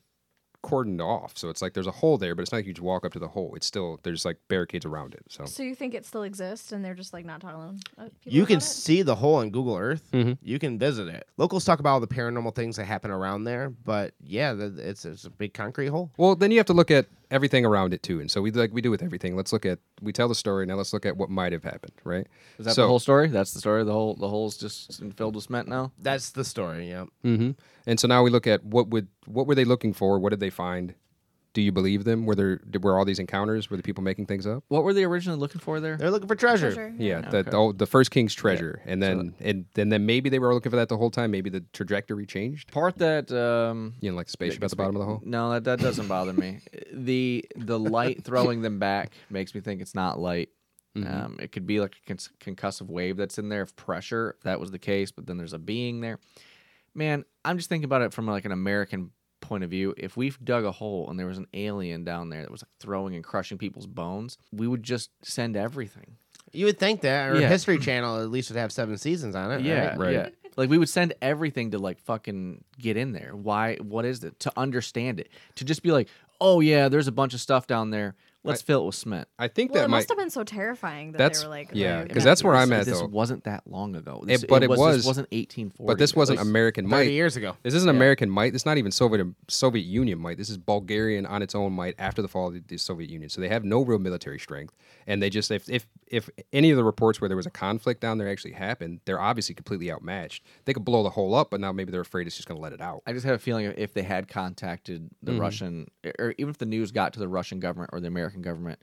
Speaker 2: cordoned off so it's like there's a hole there but it's not like you just walk up to the hole it's still there's like barricades around it so
Speaker 1: So you think it still exists and they're just like not telling uh, people
Speaker 3: You can
Speaker 1: about it?
Speaker 3: see the hole on Google Earth.
Speaker 2: Mm-hmm.
Speaker 3: You can visit it. Locals talk about all the paranormal things that happen around there, but yeah, th- it's, it's a big concrete hole.
Speaker 2: well then you have to look at everything around it too and so we like we do with everything let's look at we tell the story now let's look at what might have happened right
Speaker 4: Is that
Speaker 2: so
Speaker 4: the whole story? That's the story. The whole the hole's just filled with cement now.
Speaker 3: That's the story, yeah.
Speaker 2: hmm and so now we look at what would what were they looking for what did they find do you believe them were there were all these encounters were the people making things up
Speaker 4: What were they originally looking for there?
Speaker 3: They're looking for treasure.
Speaker 1: Treasure,
Speaker 2: Yeah, the, the, old- the first king's treasure, and then and, and then maybe they were looking for that the whole time. Maybe the trajectory changed.
Speaker 4: Part that um,
Speaker 2: You know, like the spaceship at the bottom of the hole.
Speaker 4: No, that, that doesn't bother me. the The light throwing them back makes me think it's not light. Um, it could be like a con- concussive wave that's in there of pressure. If that was the case, but then there's a being there. Man, I'm just thinking about it from like an American point of view. If we've dug a hole and there was an alien down there that was like throwing and crushing people's bones, we would just send everything.
Speaker 3: You would think that, or
Speaker 4: Yeah.
Speaker 3: History Channel at least would have seven seasons on it. right?
Speaker 2: Right.
Speaker 4: yeah. Like we would send everything to like fucking get in there. Why? What is it? To understand it. To just be like, oh yeah, there's a bunch of stuff down there. Let's fill it with cement.
Speaker 2: I think
Speaker 1: well,
Speaker 2: that
Speaker 1: it
Speaker 2: might.
Speaker 1: must have been so terrifying that
Speaker 2: That's-
Speaker 1: they were like, "We're
Speaker 2: yeah, 'cause
Speaker 1: gonna
Speaker 2: that's
Speaker 1: do
Speaker 2: where
Speaker 1: this."
Speaker 2: I'm at,
Speaker 4: this
Speaker 2: though.
Speaker 4: wasn't that long ago. This,
Speaker 2: but it was-
Speaker 4: This wasn't 1840.
Speaker 2: but this wasn't
Speaker 4: Like,
Speaker 2: American
Speaker 3: 30
Speaker 2: might.
Speaker 3: years ago.
Speaker 2: This isn't American might. This is not even Soviet Soviet Union might. This is Bulgarian on its own might after the fall of the- the Soviet Union. So they have no real military strength, and they just if if if any of the reports where there was a conflict down there actually happened, they're obviously completely outmatched. They could blow the hole up, but now maybe they're afraid it's just going to let it out.
Speaker 4: I just have a feeling if they had contacted the
Speaker 2: Mm-hmm.
Speaker 4: Russian, or even if the news got to the Russian government or the American government,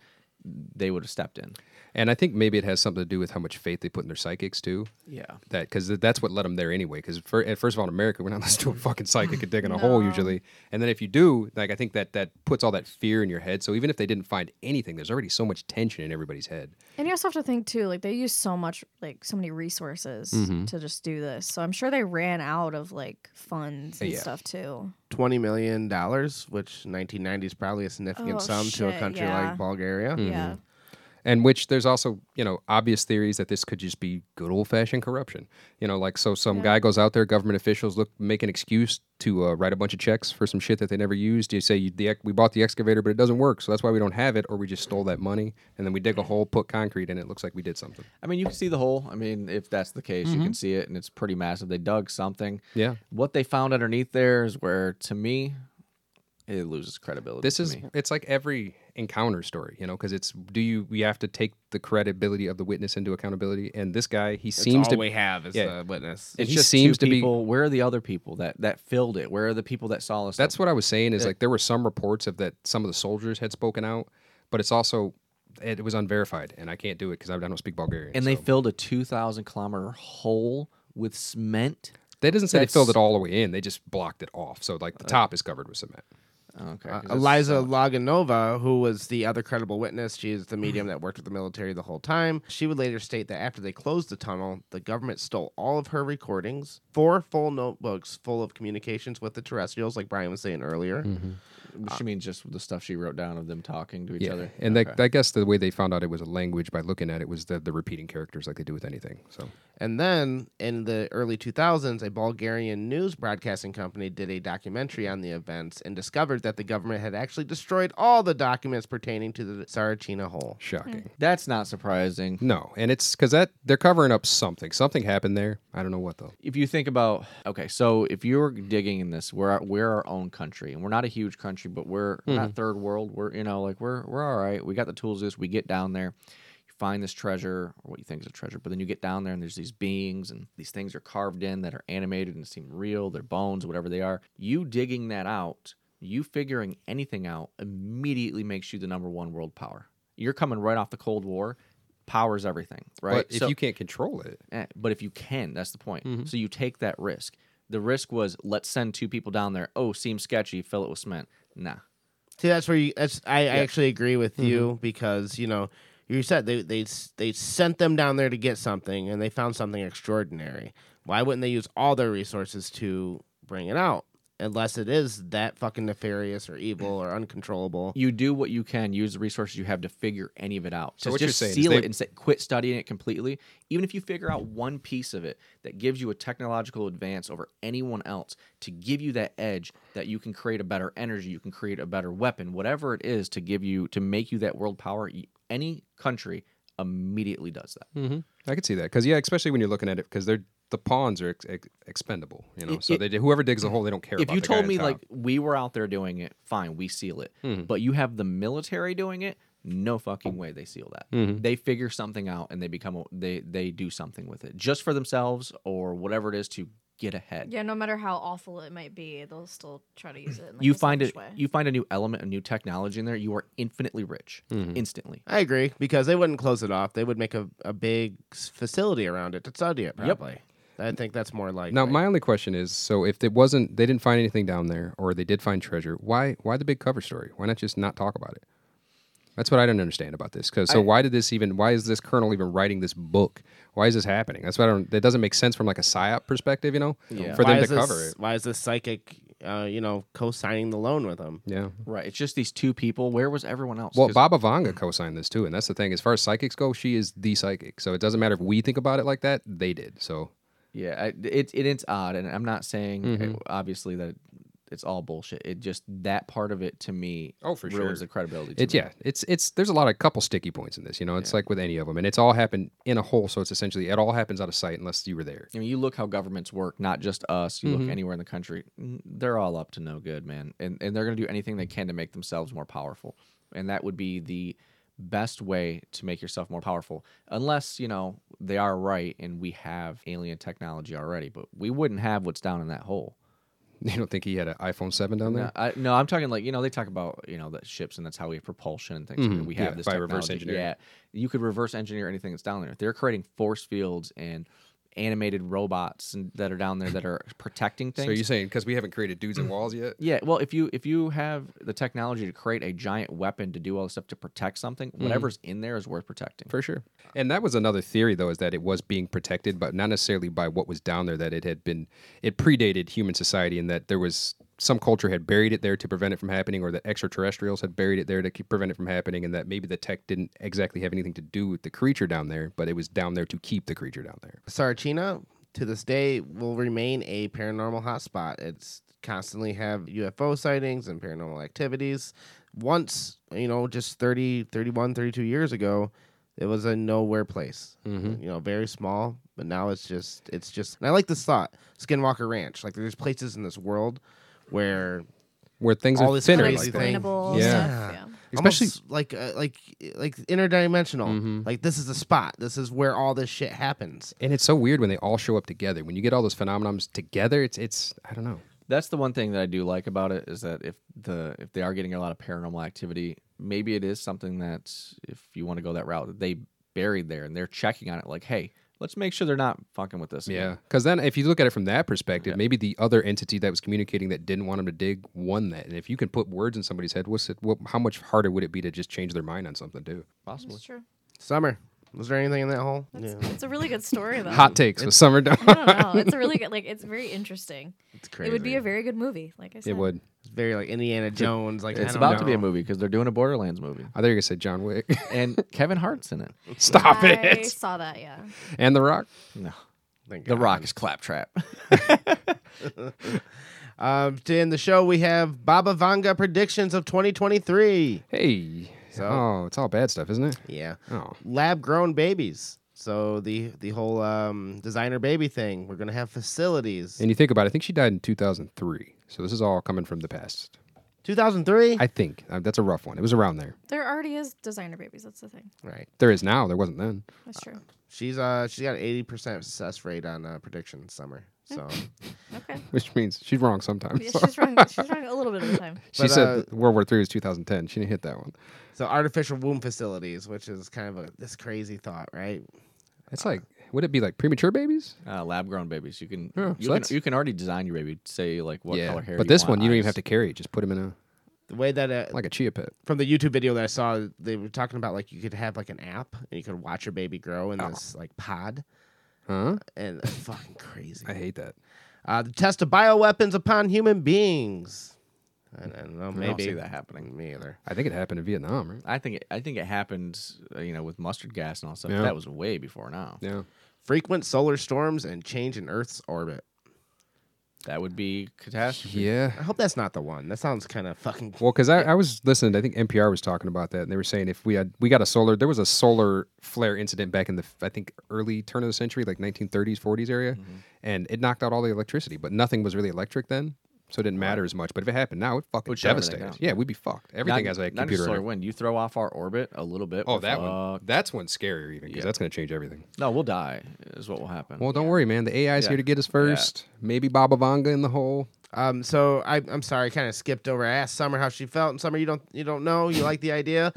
Speaker 4: they would have stepped in.
Speaker 2: And I think maybe it has something to do with how much faith they put in their psychics too.
Speaker 4: Yeah.
Speaker 2: that because that's what led them there anyway. Because first of all, in America, we're not listening to a fucking psychic and digging a hole usually. And then if you do, like I think that that puts all that fear in your head. So even if they didn't find anything, there's already so much tension in everybody's head.
Speaker 1: And you also have to think too, like they use so much, like so many resources to just do this. So I'm sure they ran out of like funds and
Speaker 2: Yeah.
Speaker 1: stuff too.
Speaker 3: twenty million dollars, which 1990 is probably a significant
Speaker 1: Oh,
Speaker 3: sum to a
Speaker 1: shit,
Speaker 3: country
Speaker 1: yeah.
Speaker 3: like Bulgaria.
Speaker 2: Mm.
Speaker 1: Yeah.
Speaker 2: And which there's also you know obvious theories that this could just be good old fashioned corruption. You know, like so some guy goes out there, government officials look make an excuse to uh, write a bunch of checks for some shit that they never used. You say you, the ex- we bought the excavator, but it doesn't work, so that's why we don't have it, or we just stole that money, and then we dig a hole, put concrete in, it looks like we did something.
Speaker 4: I mean, you can see the hole. I mean, if that's the case, you
Speaker 2: Mm-hmm.
Speaker 4: can see it, and it's pretty massive. They dug something.
Speaker 2: Yeah.
Speaker 4: What they found underneath there is where, to me, it loses credibility.
Speaker 2: this
Speaker 4: to
Speaker 2: is
Speaker 4: me.
Speaker 2: it's like every encounter story you know because it's do you we have to take the credibility of the witness into accountability and this guy he seems
Speaker 3: all
Speaker 2: to
Speaker 3: we have is
Speaker 2: yeah.
Speaker 3: a witness.
Speaker 2: it
Speaker 4: It's
Speaker 2: just
Speaker 4: two
Speaker 2: seems to be
Speaker 4: people, Where are the other people that that filled it? Where are the people that saw us?
Speaker 2: that's what i was saying is like there were some reports of that some of the soldiers had spoken out but it's also it was unverified and i can't do it because i don't speak bulgarian
Speaker 4: and they
Speaker 2: so.
Speaker 4: filled a two thousand kilometer hole with cement.
Speaker 2: that doesn't say they
Speaker 4: that's- Uh,
Speaker 2: filled it all the way in they just blocked it off so like the top is covered with cement
Speaker 4: Okay,
Speaker 3: Uh,
Speaker 4: 'cause that's-
Speaker 3: Eliza Laganova, who was the other credible witness, she is the medium that worked with the military the whole time. She would later state that after they closed the tunnel, the government stole all of her recordings, four full notebooks full of communications with the terrestrials, like Brian was saying earlier.
Speaker 4: uh, She means just the stuff she wrote down of them talking to each
Speaker 2: yeah
Speaker 4: other.
Speaker 2: and
Speaker 4: Okay.
Speaker 2: that, i guess the way they found out it was a language by looking at it was the, the repeating characters like they do with anything so
Speaker 3: And then in the early 2000s, a Bulgarian news broadcasting company did a documentary on the events and discovered that the government had actually destroyed all the documents pertaining to the Sarachina hole.
Speaker 2: shocking
Speaker 4: that's not surprising.
Speaker 2: No, and it's because that they're covering up something. Something happened there. I don't know what though.
Speaker 4: if you think about okay, so if you're digging in this, we're we're our own country, and we're not a huge country, but we're
Speaker 2: Hmm.
Speaker 4: not third world. We're you know like we're we're all right. We got the tools. to This we get down there, you find this treasure or what you think is a treasure, but then you get down there and there's these beings and these things are carved in that are animated and seem real. They're bones, whatever they are. You digging that out, you figuring anything out, immediately makes you the number one world power. You're coming right off the Cold War. Powers everything, right?
Speaker 2: But if
Speaker 4: So-
Speaker 2: you can't control it,
Speaker 4: Eh, but if you can, that's the point.
Speaker 2: Mm-hmm.
Speaker 4: So you take that risk. The risk was let's send two people down there. Oh, seems sketchy. Fill it with cement. Nah.
Speaker 3: See, that's where you. That's I, I actually agree with
Speaker 2: Mm-hmm.
Speaker 3: you because you know you said they they s- they sent them down there to get something and they found something extraordinary. Why wouldn't they use all their resources to bring it out? Unless it is that fucking nefarious or evil or uncontrollable.
Speaker 4: You do what you can. Use the resources you have to figure any of it out.
Speaker 2: So
Speaker 4: Just-
Speaker 2: what you're
Speaker 4: just
Speaker 2: saying is
Speaker 4: seal
Speaker 2: they-
Speaker 4: it and say, quit studying it completely. Even if you figure out one piece of it that gives you a technological advance over anyone else to give you that edge that you can create a better energy, you can create a better weapon, whatever it is to give you to make you that world power. y- Any country immediately does that.
Speaker 2: I could see that because yeah, especially when you're looking at it because they're the pawns are ex- ex- expendable. You know,
Speaker 4: It-
Speaker 2: so
Speaker 4: it-
Speaker 2: they they whoever digs a hole, they don't care.
Speaker 4: if
Speaker 2: about
Speaker 4: you
Speaker 2: the guy
Speaker 4: told
Speaker 2: on
Speaker 4: me
Speaker 2: top.
Speaker 4: like we were out there doing it fine we seal it
Speaker 2: Mm-hmm.
Speaker 4: but you have the military doing it no fucking way they seal that
Speaker 2: Mm-hmm.
Speaker 4: they figure something out and they become a, they they do something with it just for themselves or whatever it is to get ahead
Speaker 1: Yeah, no matter how awful it might be, they'll still try to use it. In, like,
Speaker 4: you
Speaker 1: a
Speaker 4: find it
Speaker 1: selfish way.
Speaker 4: you find a new element a new technology in there you are infinitely rich
Speaker 2: Mm-hmm.
Speaker 4: instantly
Speaker 3: I agree because they wouldn't close it off. They would make a, a big s- facility around it to study it. Probably. I think that's more likely.
Speaker 2: now, my only question is: so if it wasn't, they didn't find anything down there, or they did find treasure, why why the big cover story? Why not just not talk about it? That's what I don't understand about this. Because so why did this even? Why is this colonel even writing this book? Why is this happening? That's what I don't. That doesn't make sense from like a psyop perspective. You know,
Speaker 4: Yeah.
Speaker 2: for
Speaker 3: why
Speaker 2: them to
Speaker 3: is this-
Speaker 2: cover it.
Speaker 3: Why is this psychic, uh, you know, co-signing the loan with them?
Speaker 2: Yeah.
Speaker 4: right it's just these two people where was everyone else
Speaker 2: Well,
Speaker 4: 'Cause
Speaker 2: Baba Vanga co-signed this too, and that's the thing. As far as psychics go, she is the psychic, so it doesn't matter if we think about it like that. They did. So Mm-hmm.
Speaker 4: Yeah, I, it, it it's odd, and I'm not saying uh, eh, obviously that it's all bullshit. It just that part of it to me.
Speaker 2: Oh, for
Speaker 4: ruins
Speaker 2: sure.
Speaker 4: the credibility. To
Speaker 2: It's
Speaker 4: me.
Speaker 2: yeah, it's it's there's a lot of couple sticky points in this, you know. It's like with any of them, and it's all happened in a whole, so it's essentially it all happens out of sight unless you were there.
Speaker 4: I mean, you look how governments work, not just us. You look anywhere in the country, n- they're all up to no good, man. And, and they're going to do anything they can to make themselves more powerful. And that would be the best way to make yourself more powerful, unless, you know, they are right and we have alien technology already. But we wouldn't have what's down in that hole.
Speaker 2: You don't think he had an iPhone seven down there?
Speaker 4: No, I, no, I'm talking like you know they talk about you know the ships and that's how we have propulsion and things. like that.
Speaker 2: Mhm,
Speaker 4: We have
Speaker 2: yeah,
Speaker 4: this
Speaker 2: by
Speaker 4: technology.
Speaker 2: reverse engineering.
Speaker 4: Yeah, you could reverse engineer anything that's down there. They're creating force fields and animated robots and, that are down there that are protecting things.
Speaker 2: so you're saying because we haven't created dudes and walls yet?
Speaker 4: yeah, well, if you if you have the technology to create a giant weapon to do all this stuff to protect something,
Speaker 2: Mm-hmm.
Speaker 4: whatever's in there is worth protecting.
Speaker 2: For sure. And that was another theory, though, is that it was being protected, but not necessarily by what was down there, that it had been, it predated human society and that there was some culture had buried it there to prevent it from happening, or that extraterrestrials had buried it there to keep, prevent it from happening, and that maybe the tech didn't exactly have anything to do with the creature down there, but it was down there to keep the creature down there.
Speaker 3: Sarachina to this day will remain a paranormal hotspot. It's constantly have UFO sightings and paranormal activities. Once, you know, just 30, 31, 32 years ago, it was a nowhere place. You know, very small, but now it's just it's just and I like this thought. Skinwalker Ranch. Like there's places in this world where
Speaker 2: Where things
Speaker 3: All
Speaker 2: are
Speaker 3: this
Speaker 2: thinner.
Speaker 3: crazy
Speaker 2: Like
Speaker 3: thing.
Speaker 2: that.
Speaker 1: Unexplainable
Speaker 2: Yeah.
Speaker 1: stuff, yeah.
Speaker 2: Especially-
Speaker 3: almost like uh, like like interdimensional. Like this is the spot. This is where all this shit happens.
Speaker 2: And it's so weird when they all show up together. When you get all those phenomenons together, it's, it's I don't know.
Speaker 4: That's the one thing that I do like about it is that if the if they are getting a lot of paranormal activity, maybe it is something that if you want to go that route, that they buried there and they're checking on it like, hey, let's make sure they're not fucking with this.
Speaker 2: Yeah, because then if you look at it from that perspective, maybe the other entity that was communicating that didn't want him to dig won that. And if you can put words in somebody's head, what's it? What, how much harder would it be to just change their mind on something too?
Speaker 3: Mm-hmm.
Speaker 4: possibly.
Speaker 1: That's true.
Speaker 3: Summer. Was there anything in that hole?
Speaker 1: That's,
Speaker 3: Yeah.
Speaker 1: It's a really good story though.
Speaker 2: Hot takes with Summer Dawn.
Speaker 1: I don't know. It's a really good like it's very interesting.
Speaker 3: It's crazy.
Speaker 1: It would be a very good movie, like I said.
Speaker 2: it would.
Speaker 3: It's very like Indiana Jones. Like I
Speaker 4: It's
Speaker 3: don't
Speaker 4: about to
Speaker 3: know.
Speaker 4: be a movie because they're doing a Borderlands movie,
Speaker 2: I thought you were gonna say John Wick.
Speaker 4: and Kevin Hart's in it.
Speaker 2: Stop
Speaker 1: I
Speaker 2: it.
Speaker 1: saw that, yeah.
Speaker 2: And The Rock.
Speaker 4: No,
Speaker 3: Thank
Speaker 4: The
Speaker 3: God.
Speaker 4: Rock is claptrap.
Speaker 3: Um, to end the show, we have Baba Vanga predictions of 2023.
Speaker 2: Hey.
Speaker 3: So?
Speaker 2: Oh, it's all bad stuff, isn't it?
Speaker 3: Yeah,
Speaker 2: Oh.
Speaker 3: lab grown babies. So the the whole um, designer baby thing. We're gonna have facilities.
Speaker 2: And you think about it, I think she died in 2003. So this is all coming from the past.
Speaker 3: 2003.
Speaker 2: I think. Uh, that's a rough one. It was around there.
Speaker 1: There already is designer babies, that's the thing.
Speaker 3: right.
Speaker 2: There is now. There wasn't then.
Speaker 1: That's true.
Speaker 3: She's uh she's got an 80 percent success rate on uh, predictions. Summer. So
Speaker 2: Uh,
Speaker 1: Okay.
Speaker 2: Which means she's wrong sometimes.
Speaker 1: Yeah,
Speaker 2: So-
Speaker 1: she's wrong she's wrong a little bit of the time.
Speaker 2: She
Speaker 3: But,
Speaker 2: said
Speaker 3: uh,
Speaker 2: that World War Three was 2010. She didn't hit that one.
Speaker 3: so artificial womb facilities, which is kind of a this crazy thought, right?
Speaker 2: It's like, would it be like premature babies?
Speaker 4: Uh, lab grown babies. You can
Speaker 2: Yeah, so
Speaker 4: you,
Speaker 2: that's-
Speaker 4: can you can already design your baby. Say like what color hair.
Speaker 2: but
Speaker 4: you
Speaker 2: this one
Speaker 4: want,
Speaker 2: you don't even
Speaker 4: eyes.
Speaker 2: have to carry. it. Just put them in a
Speaker 3: The way that uh,
Speaker 2: like a chia pet.
Speaker 3: from the YouTube video that I saw, they were talking about like you could have like an app and you could watch your baby grow in this like pod,
Speaker 2: Huh?
Speaker 3: and it's fucking crazy.
Speaker 2: I hate that.
Speaker 3: Uh, the test of bioweapons upon human beings. I, I don't know. Maybe
Speaker 4: I don't see that happening.
Speaker 3: Me either.
Speaker 2: I think it happened in Vietnam, right?
Speaker 4: I think it, I think it happened. uh, You know, with mustard gas and all that stuff.
Speaker 2: Yeah.
Speaker 4: That was way before now.
Speaker 2: Yeah.
Speaker 3: Frequent solar storms and change in Earth's orbit.
Speaker 4: That would be catastrophe.
Speaker 2: Yeah.
Speaker 3: I hope that's not the one. That sounds kind of fucking.
Speaker 2: Well, because I, I was listening, I think NPR was talking about that, and they were saying if we had we got a solar, there was a solar flare incident back in the I think early turn of the century, like 1930s, 40s area,
Speaker 4: Mm-hmm.
Speaker 2: and it knocked out all the electricity, but nothing was really electric then, so it didn't matter as much. But if it happened now, it fucking
Speaker 4: Would shut everything
Speaker 2: devastate us.
Speaker 4: down.
Speaker 2: Yeah, we'd be fucked. Everything
Speaker 4: not,
Speaker 2: has a
Speaker 4: not just
Speaker 2: computer. in
Speaker 4: solar
Speaker 2: it.
Speaker 4: wind. You throw off our orbit a little bit.
Speaker 2: Oh,
Speaker 4: we're
Speaker 2: that one.
Speaker 4: fucked.
Speaker 2: That's one scarier even because that's going to change everything.
Speaker 4: No, we'll die. Is what will happen.
Speaker 2: Well, don't worry, man. The AI's
Speaker 4: Yeah.
Speaker 2: here to get us first. Maybe Baba Vanga in the hole.
Speaker 3: Um, so I, I'm sorry, I kind of skipped over. I asked Summer how she felt, and Summer, you don't, you don't know. You like the idea,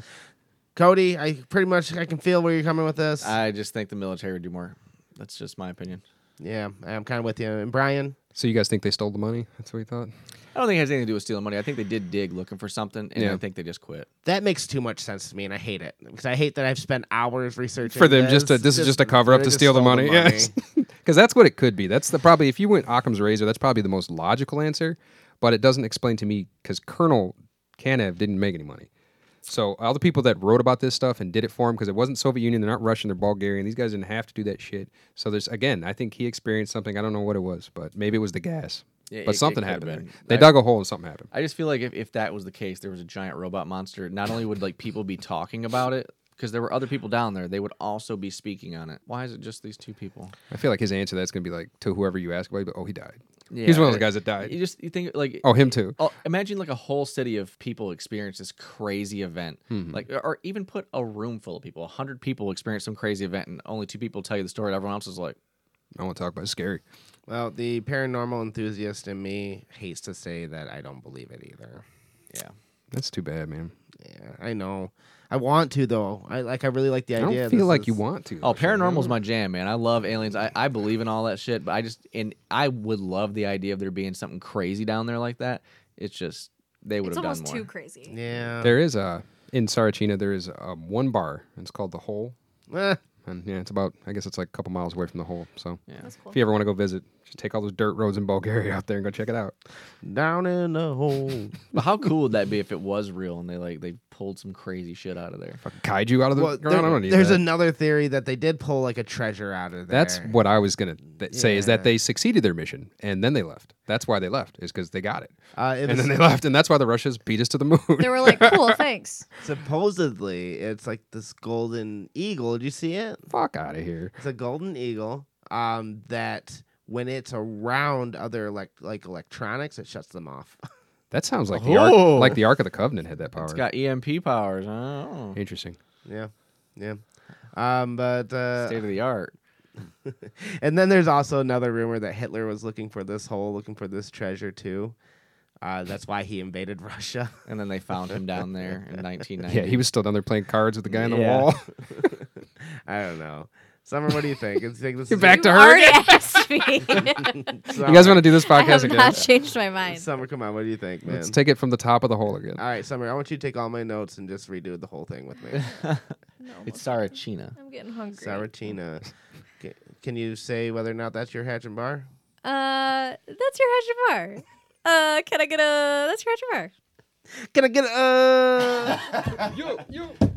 Speaker 3: Cody? I pretty much, I can feel where you're coming with this.
Speaker 4: I just think the military would do more. That's just my opinion.
Speaker 3: yeah, I'm kind of with you. And Brian,
Speaker 2: So you guys think they stole the money? That's what we thought.
Speaker 4: I don't think it has anything to do with stealing money. I think they did dig looking for something, and
Speaker 2: Yeah.
Speaker 4: I think they just quit.
Speaker 3: that makes too much sense to me, and I hate it because I hate that I've spent hours researching
Speaker 2: For them, just to
Speaker 3: this
Speaker 2: this is just a cover up
Speaker 3: they
Speaker 2: to
Speaker 3: just
Speaker 2: steal the
Speaker 3: stole
Speaker 2: money. Yes, because that's what it could be. That's the probably if you went Occam's razor, that's probably the most logical answer. But it doesn't explain to me because Colonel Kanev didn't make any money. So all the people that wrote about this stuff and did it for him because it wasn't Soviet Union, they're not Russian, they're Bulgarian. These guys didn't have to do that shit. So there's again, I think he experienced something. I don't know what it was, but maybe it was the gas.
Speaker 4: It- it-
Speaker 2: But
Speaker 4: it
Speaker 2: something
Speaker 4: could've
Speaker 2: happened there.
Speaker 4: been.
Speaker 2: They
Speaker 4: I-
Speaker 2: dug a hole and something happened.
Speaker 4: I just feel like if, if that was the case, there was a giant robot monster. Not only would like people be talking about it because there were other people down there, they would also be speaking on it. Why is it just these two people?
Speaker 2: I feel like his answer to that's gonna be like to whoever you ask, like, oh, he died. He's one of those guys that
Speaker 4: You
Speaker 2: died.
Speaker 4: just you think like
Speaker 2: Oh, him too.
Speaker 4: oh, imagine like a whole city of people experience this crazy event, like or even put a room full of people, hundred people experience some crazy event, and only two people tell you the story. And everyone else is like,
Speaker 2: I want to talk about it. It's scary.
Speaker 3: Well, the paranormal enthusiast in me hates to say that I don't believe it either.
Speaker 4: yeah,
Speaker 2: That's too bad, man.
Speaker 3: Yeah, I know. I want to though. I like. I really like the
Speaker 2: I
Speaker 3: idea.
Speaker 2: don't feel
Speaker 3: This
Speaker 2: like you
Speaker 3: is-
Speaker 2: want to.
Speaker 4: Oh, paranormal's my jam, man. I love aliens. I, I believe in all that shit, but I just and I would love the idea of there being something crazy down there like that. It's just they would
Speaker 1: It's
Speaker 4: have done
Speaker 1: almost
Speaker 4: more.
Speaker 1: too crazy.
Speaker 3: Yeah.
Speaker 2: There is a in Saracina. There is um, one bar. And it's called the Hole,
Speaker 3: Eh,
Speaker 2: and yeah, it's about. I guess it's like a couple miles away from the Hole. So
Speaker 1: That's cool.
Speaker 2: if you ever want to go visit, just take all those dirt roads in Bulgaria out there and go check it out.
Speaker 3: down in the hole.
Speaker 4: But how cool would that be if it was real and they like they pulled some crazy shit out of there?
Speaker 2: Fucking kaiju out of the
Speaker 3: well,
Speaker 2: ground. I
Speaker 3: there-
Speaker 2: don't need
Speaker 3: there's
Speaker 2: that.
Speaker 3: another theory that they did pull like a treasure out of there.
Speaker 2: That's what I was gonna th- say is
Speaker 3: Yeah.
Speaker 2: that they succeeded their mission and then they left. That's why they left is because they got it,
Speaker 3: Uh, it
Speaker 2: and
Speaker 3: was-
Speaker 2: then they left, and that's why the Russians beat us to the moon.
Speaker 1: They were like, cool, thanks.
Speaker 3: supposedly it's like this golden eagle. Did you see it?
Speaker 2: Fuck out of here.
Speaker 3: It's a golden eagle. Um, that when it's around other elect- like electronics, it shuts them off.
Speaker 2: That sounds like the Ark,
Speaker 4: Oh.
Speaker 2: like the Ark of the Covenant had that power.
Speaker 4: It's got EMP powers. Oh,
Speaker 2: Interesting.
Speaker 3: yeah, yeah. Um, but uh,
Speaker 4: state of the art.
Speaker 3: And then there's also another rumor that Hitler was looking for this hole, looking for this treasure too. Uh, that's why he invaded Russia.
Speaker 4: And then they found him down there in 1990.
Speaker 2: Yeah, he was still down there playing cards with the guy on the
Speaker 4: Yeah.
Speaker 2: wall.
Speaker 3: I don't know. Summer, what do you think? Do you think this
Speaker 2: You're
Speaker 3: is
Speaker 2: back
Speaker 1: you
Speaker 2: to her
Speaker 1: already asked me.
Speaker 2: you guys want to do this
Speaker 1: I
Speaker 2: podcast
Speaker 1: have
Speaker 2: again?
Speaker 1: not changed my mind.
Speaker 3: Summer, come on. What do you think, man?
Speaker 2: Let's take it from the top of the hole again.
Speaker 3: All right, Summer. I want you to take all my notes and just redo the whole thing with me.
Speaker 1: No,
Speaker 4: it's Saracina.
Speaker 1: I'm getting hungry.
Speaker 3: Saratina. Ca- Can you say whether or not that's your hatch and bar?
Speaker 1: Uh, that's your Hajibar. Uh, can I get a? That's your Hajibar.
Speaker 3: Can I get a?
Speaker 2: You, you,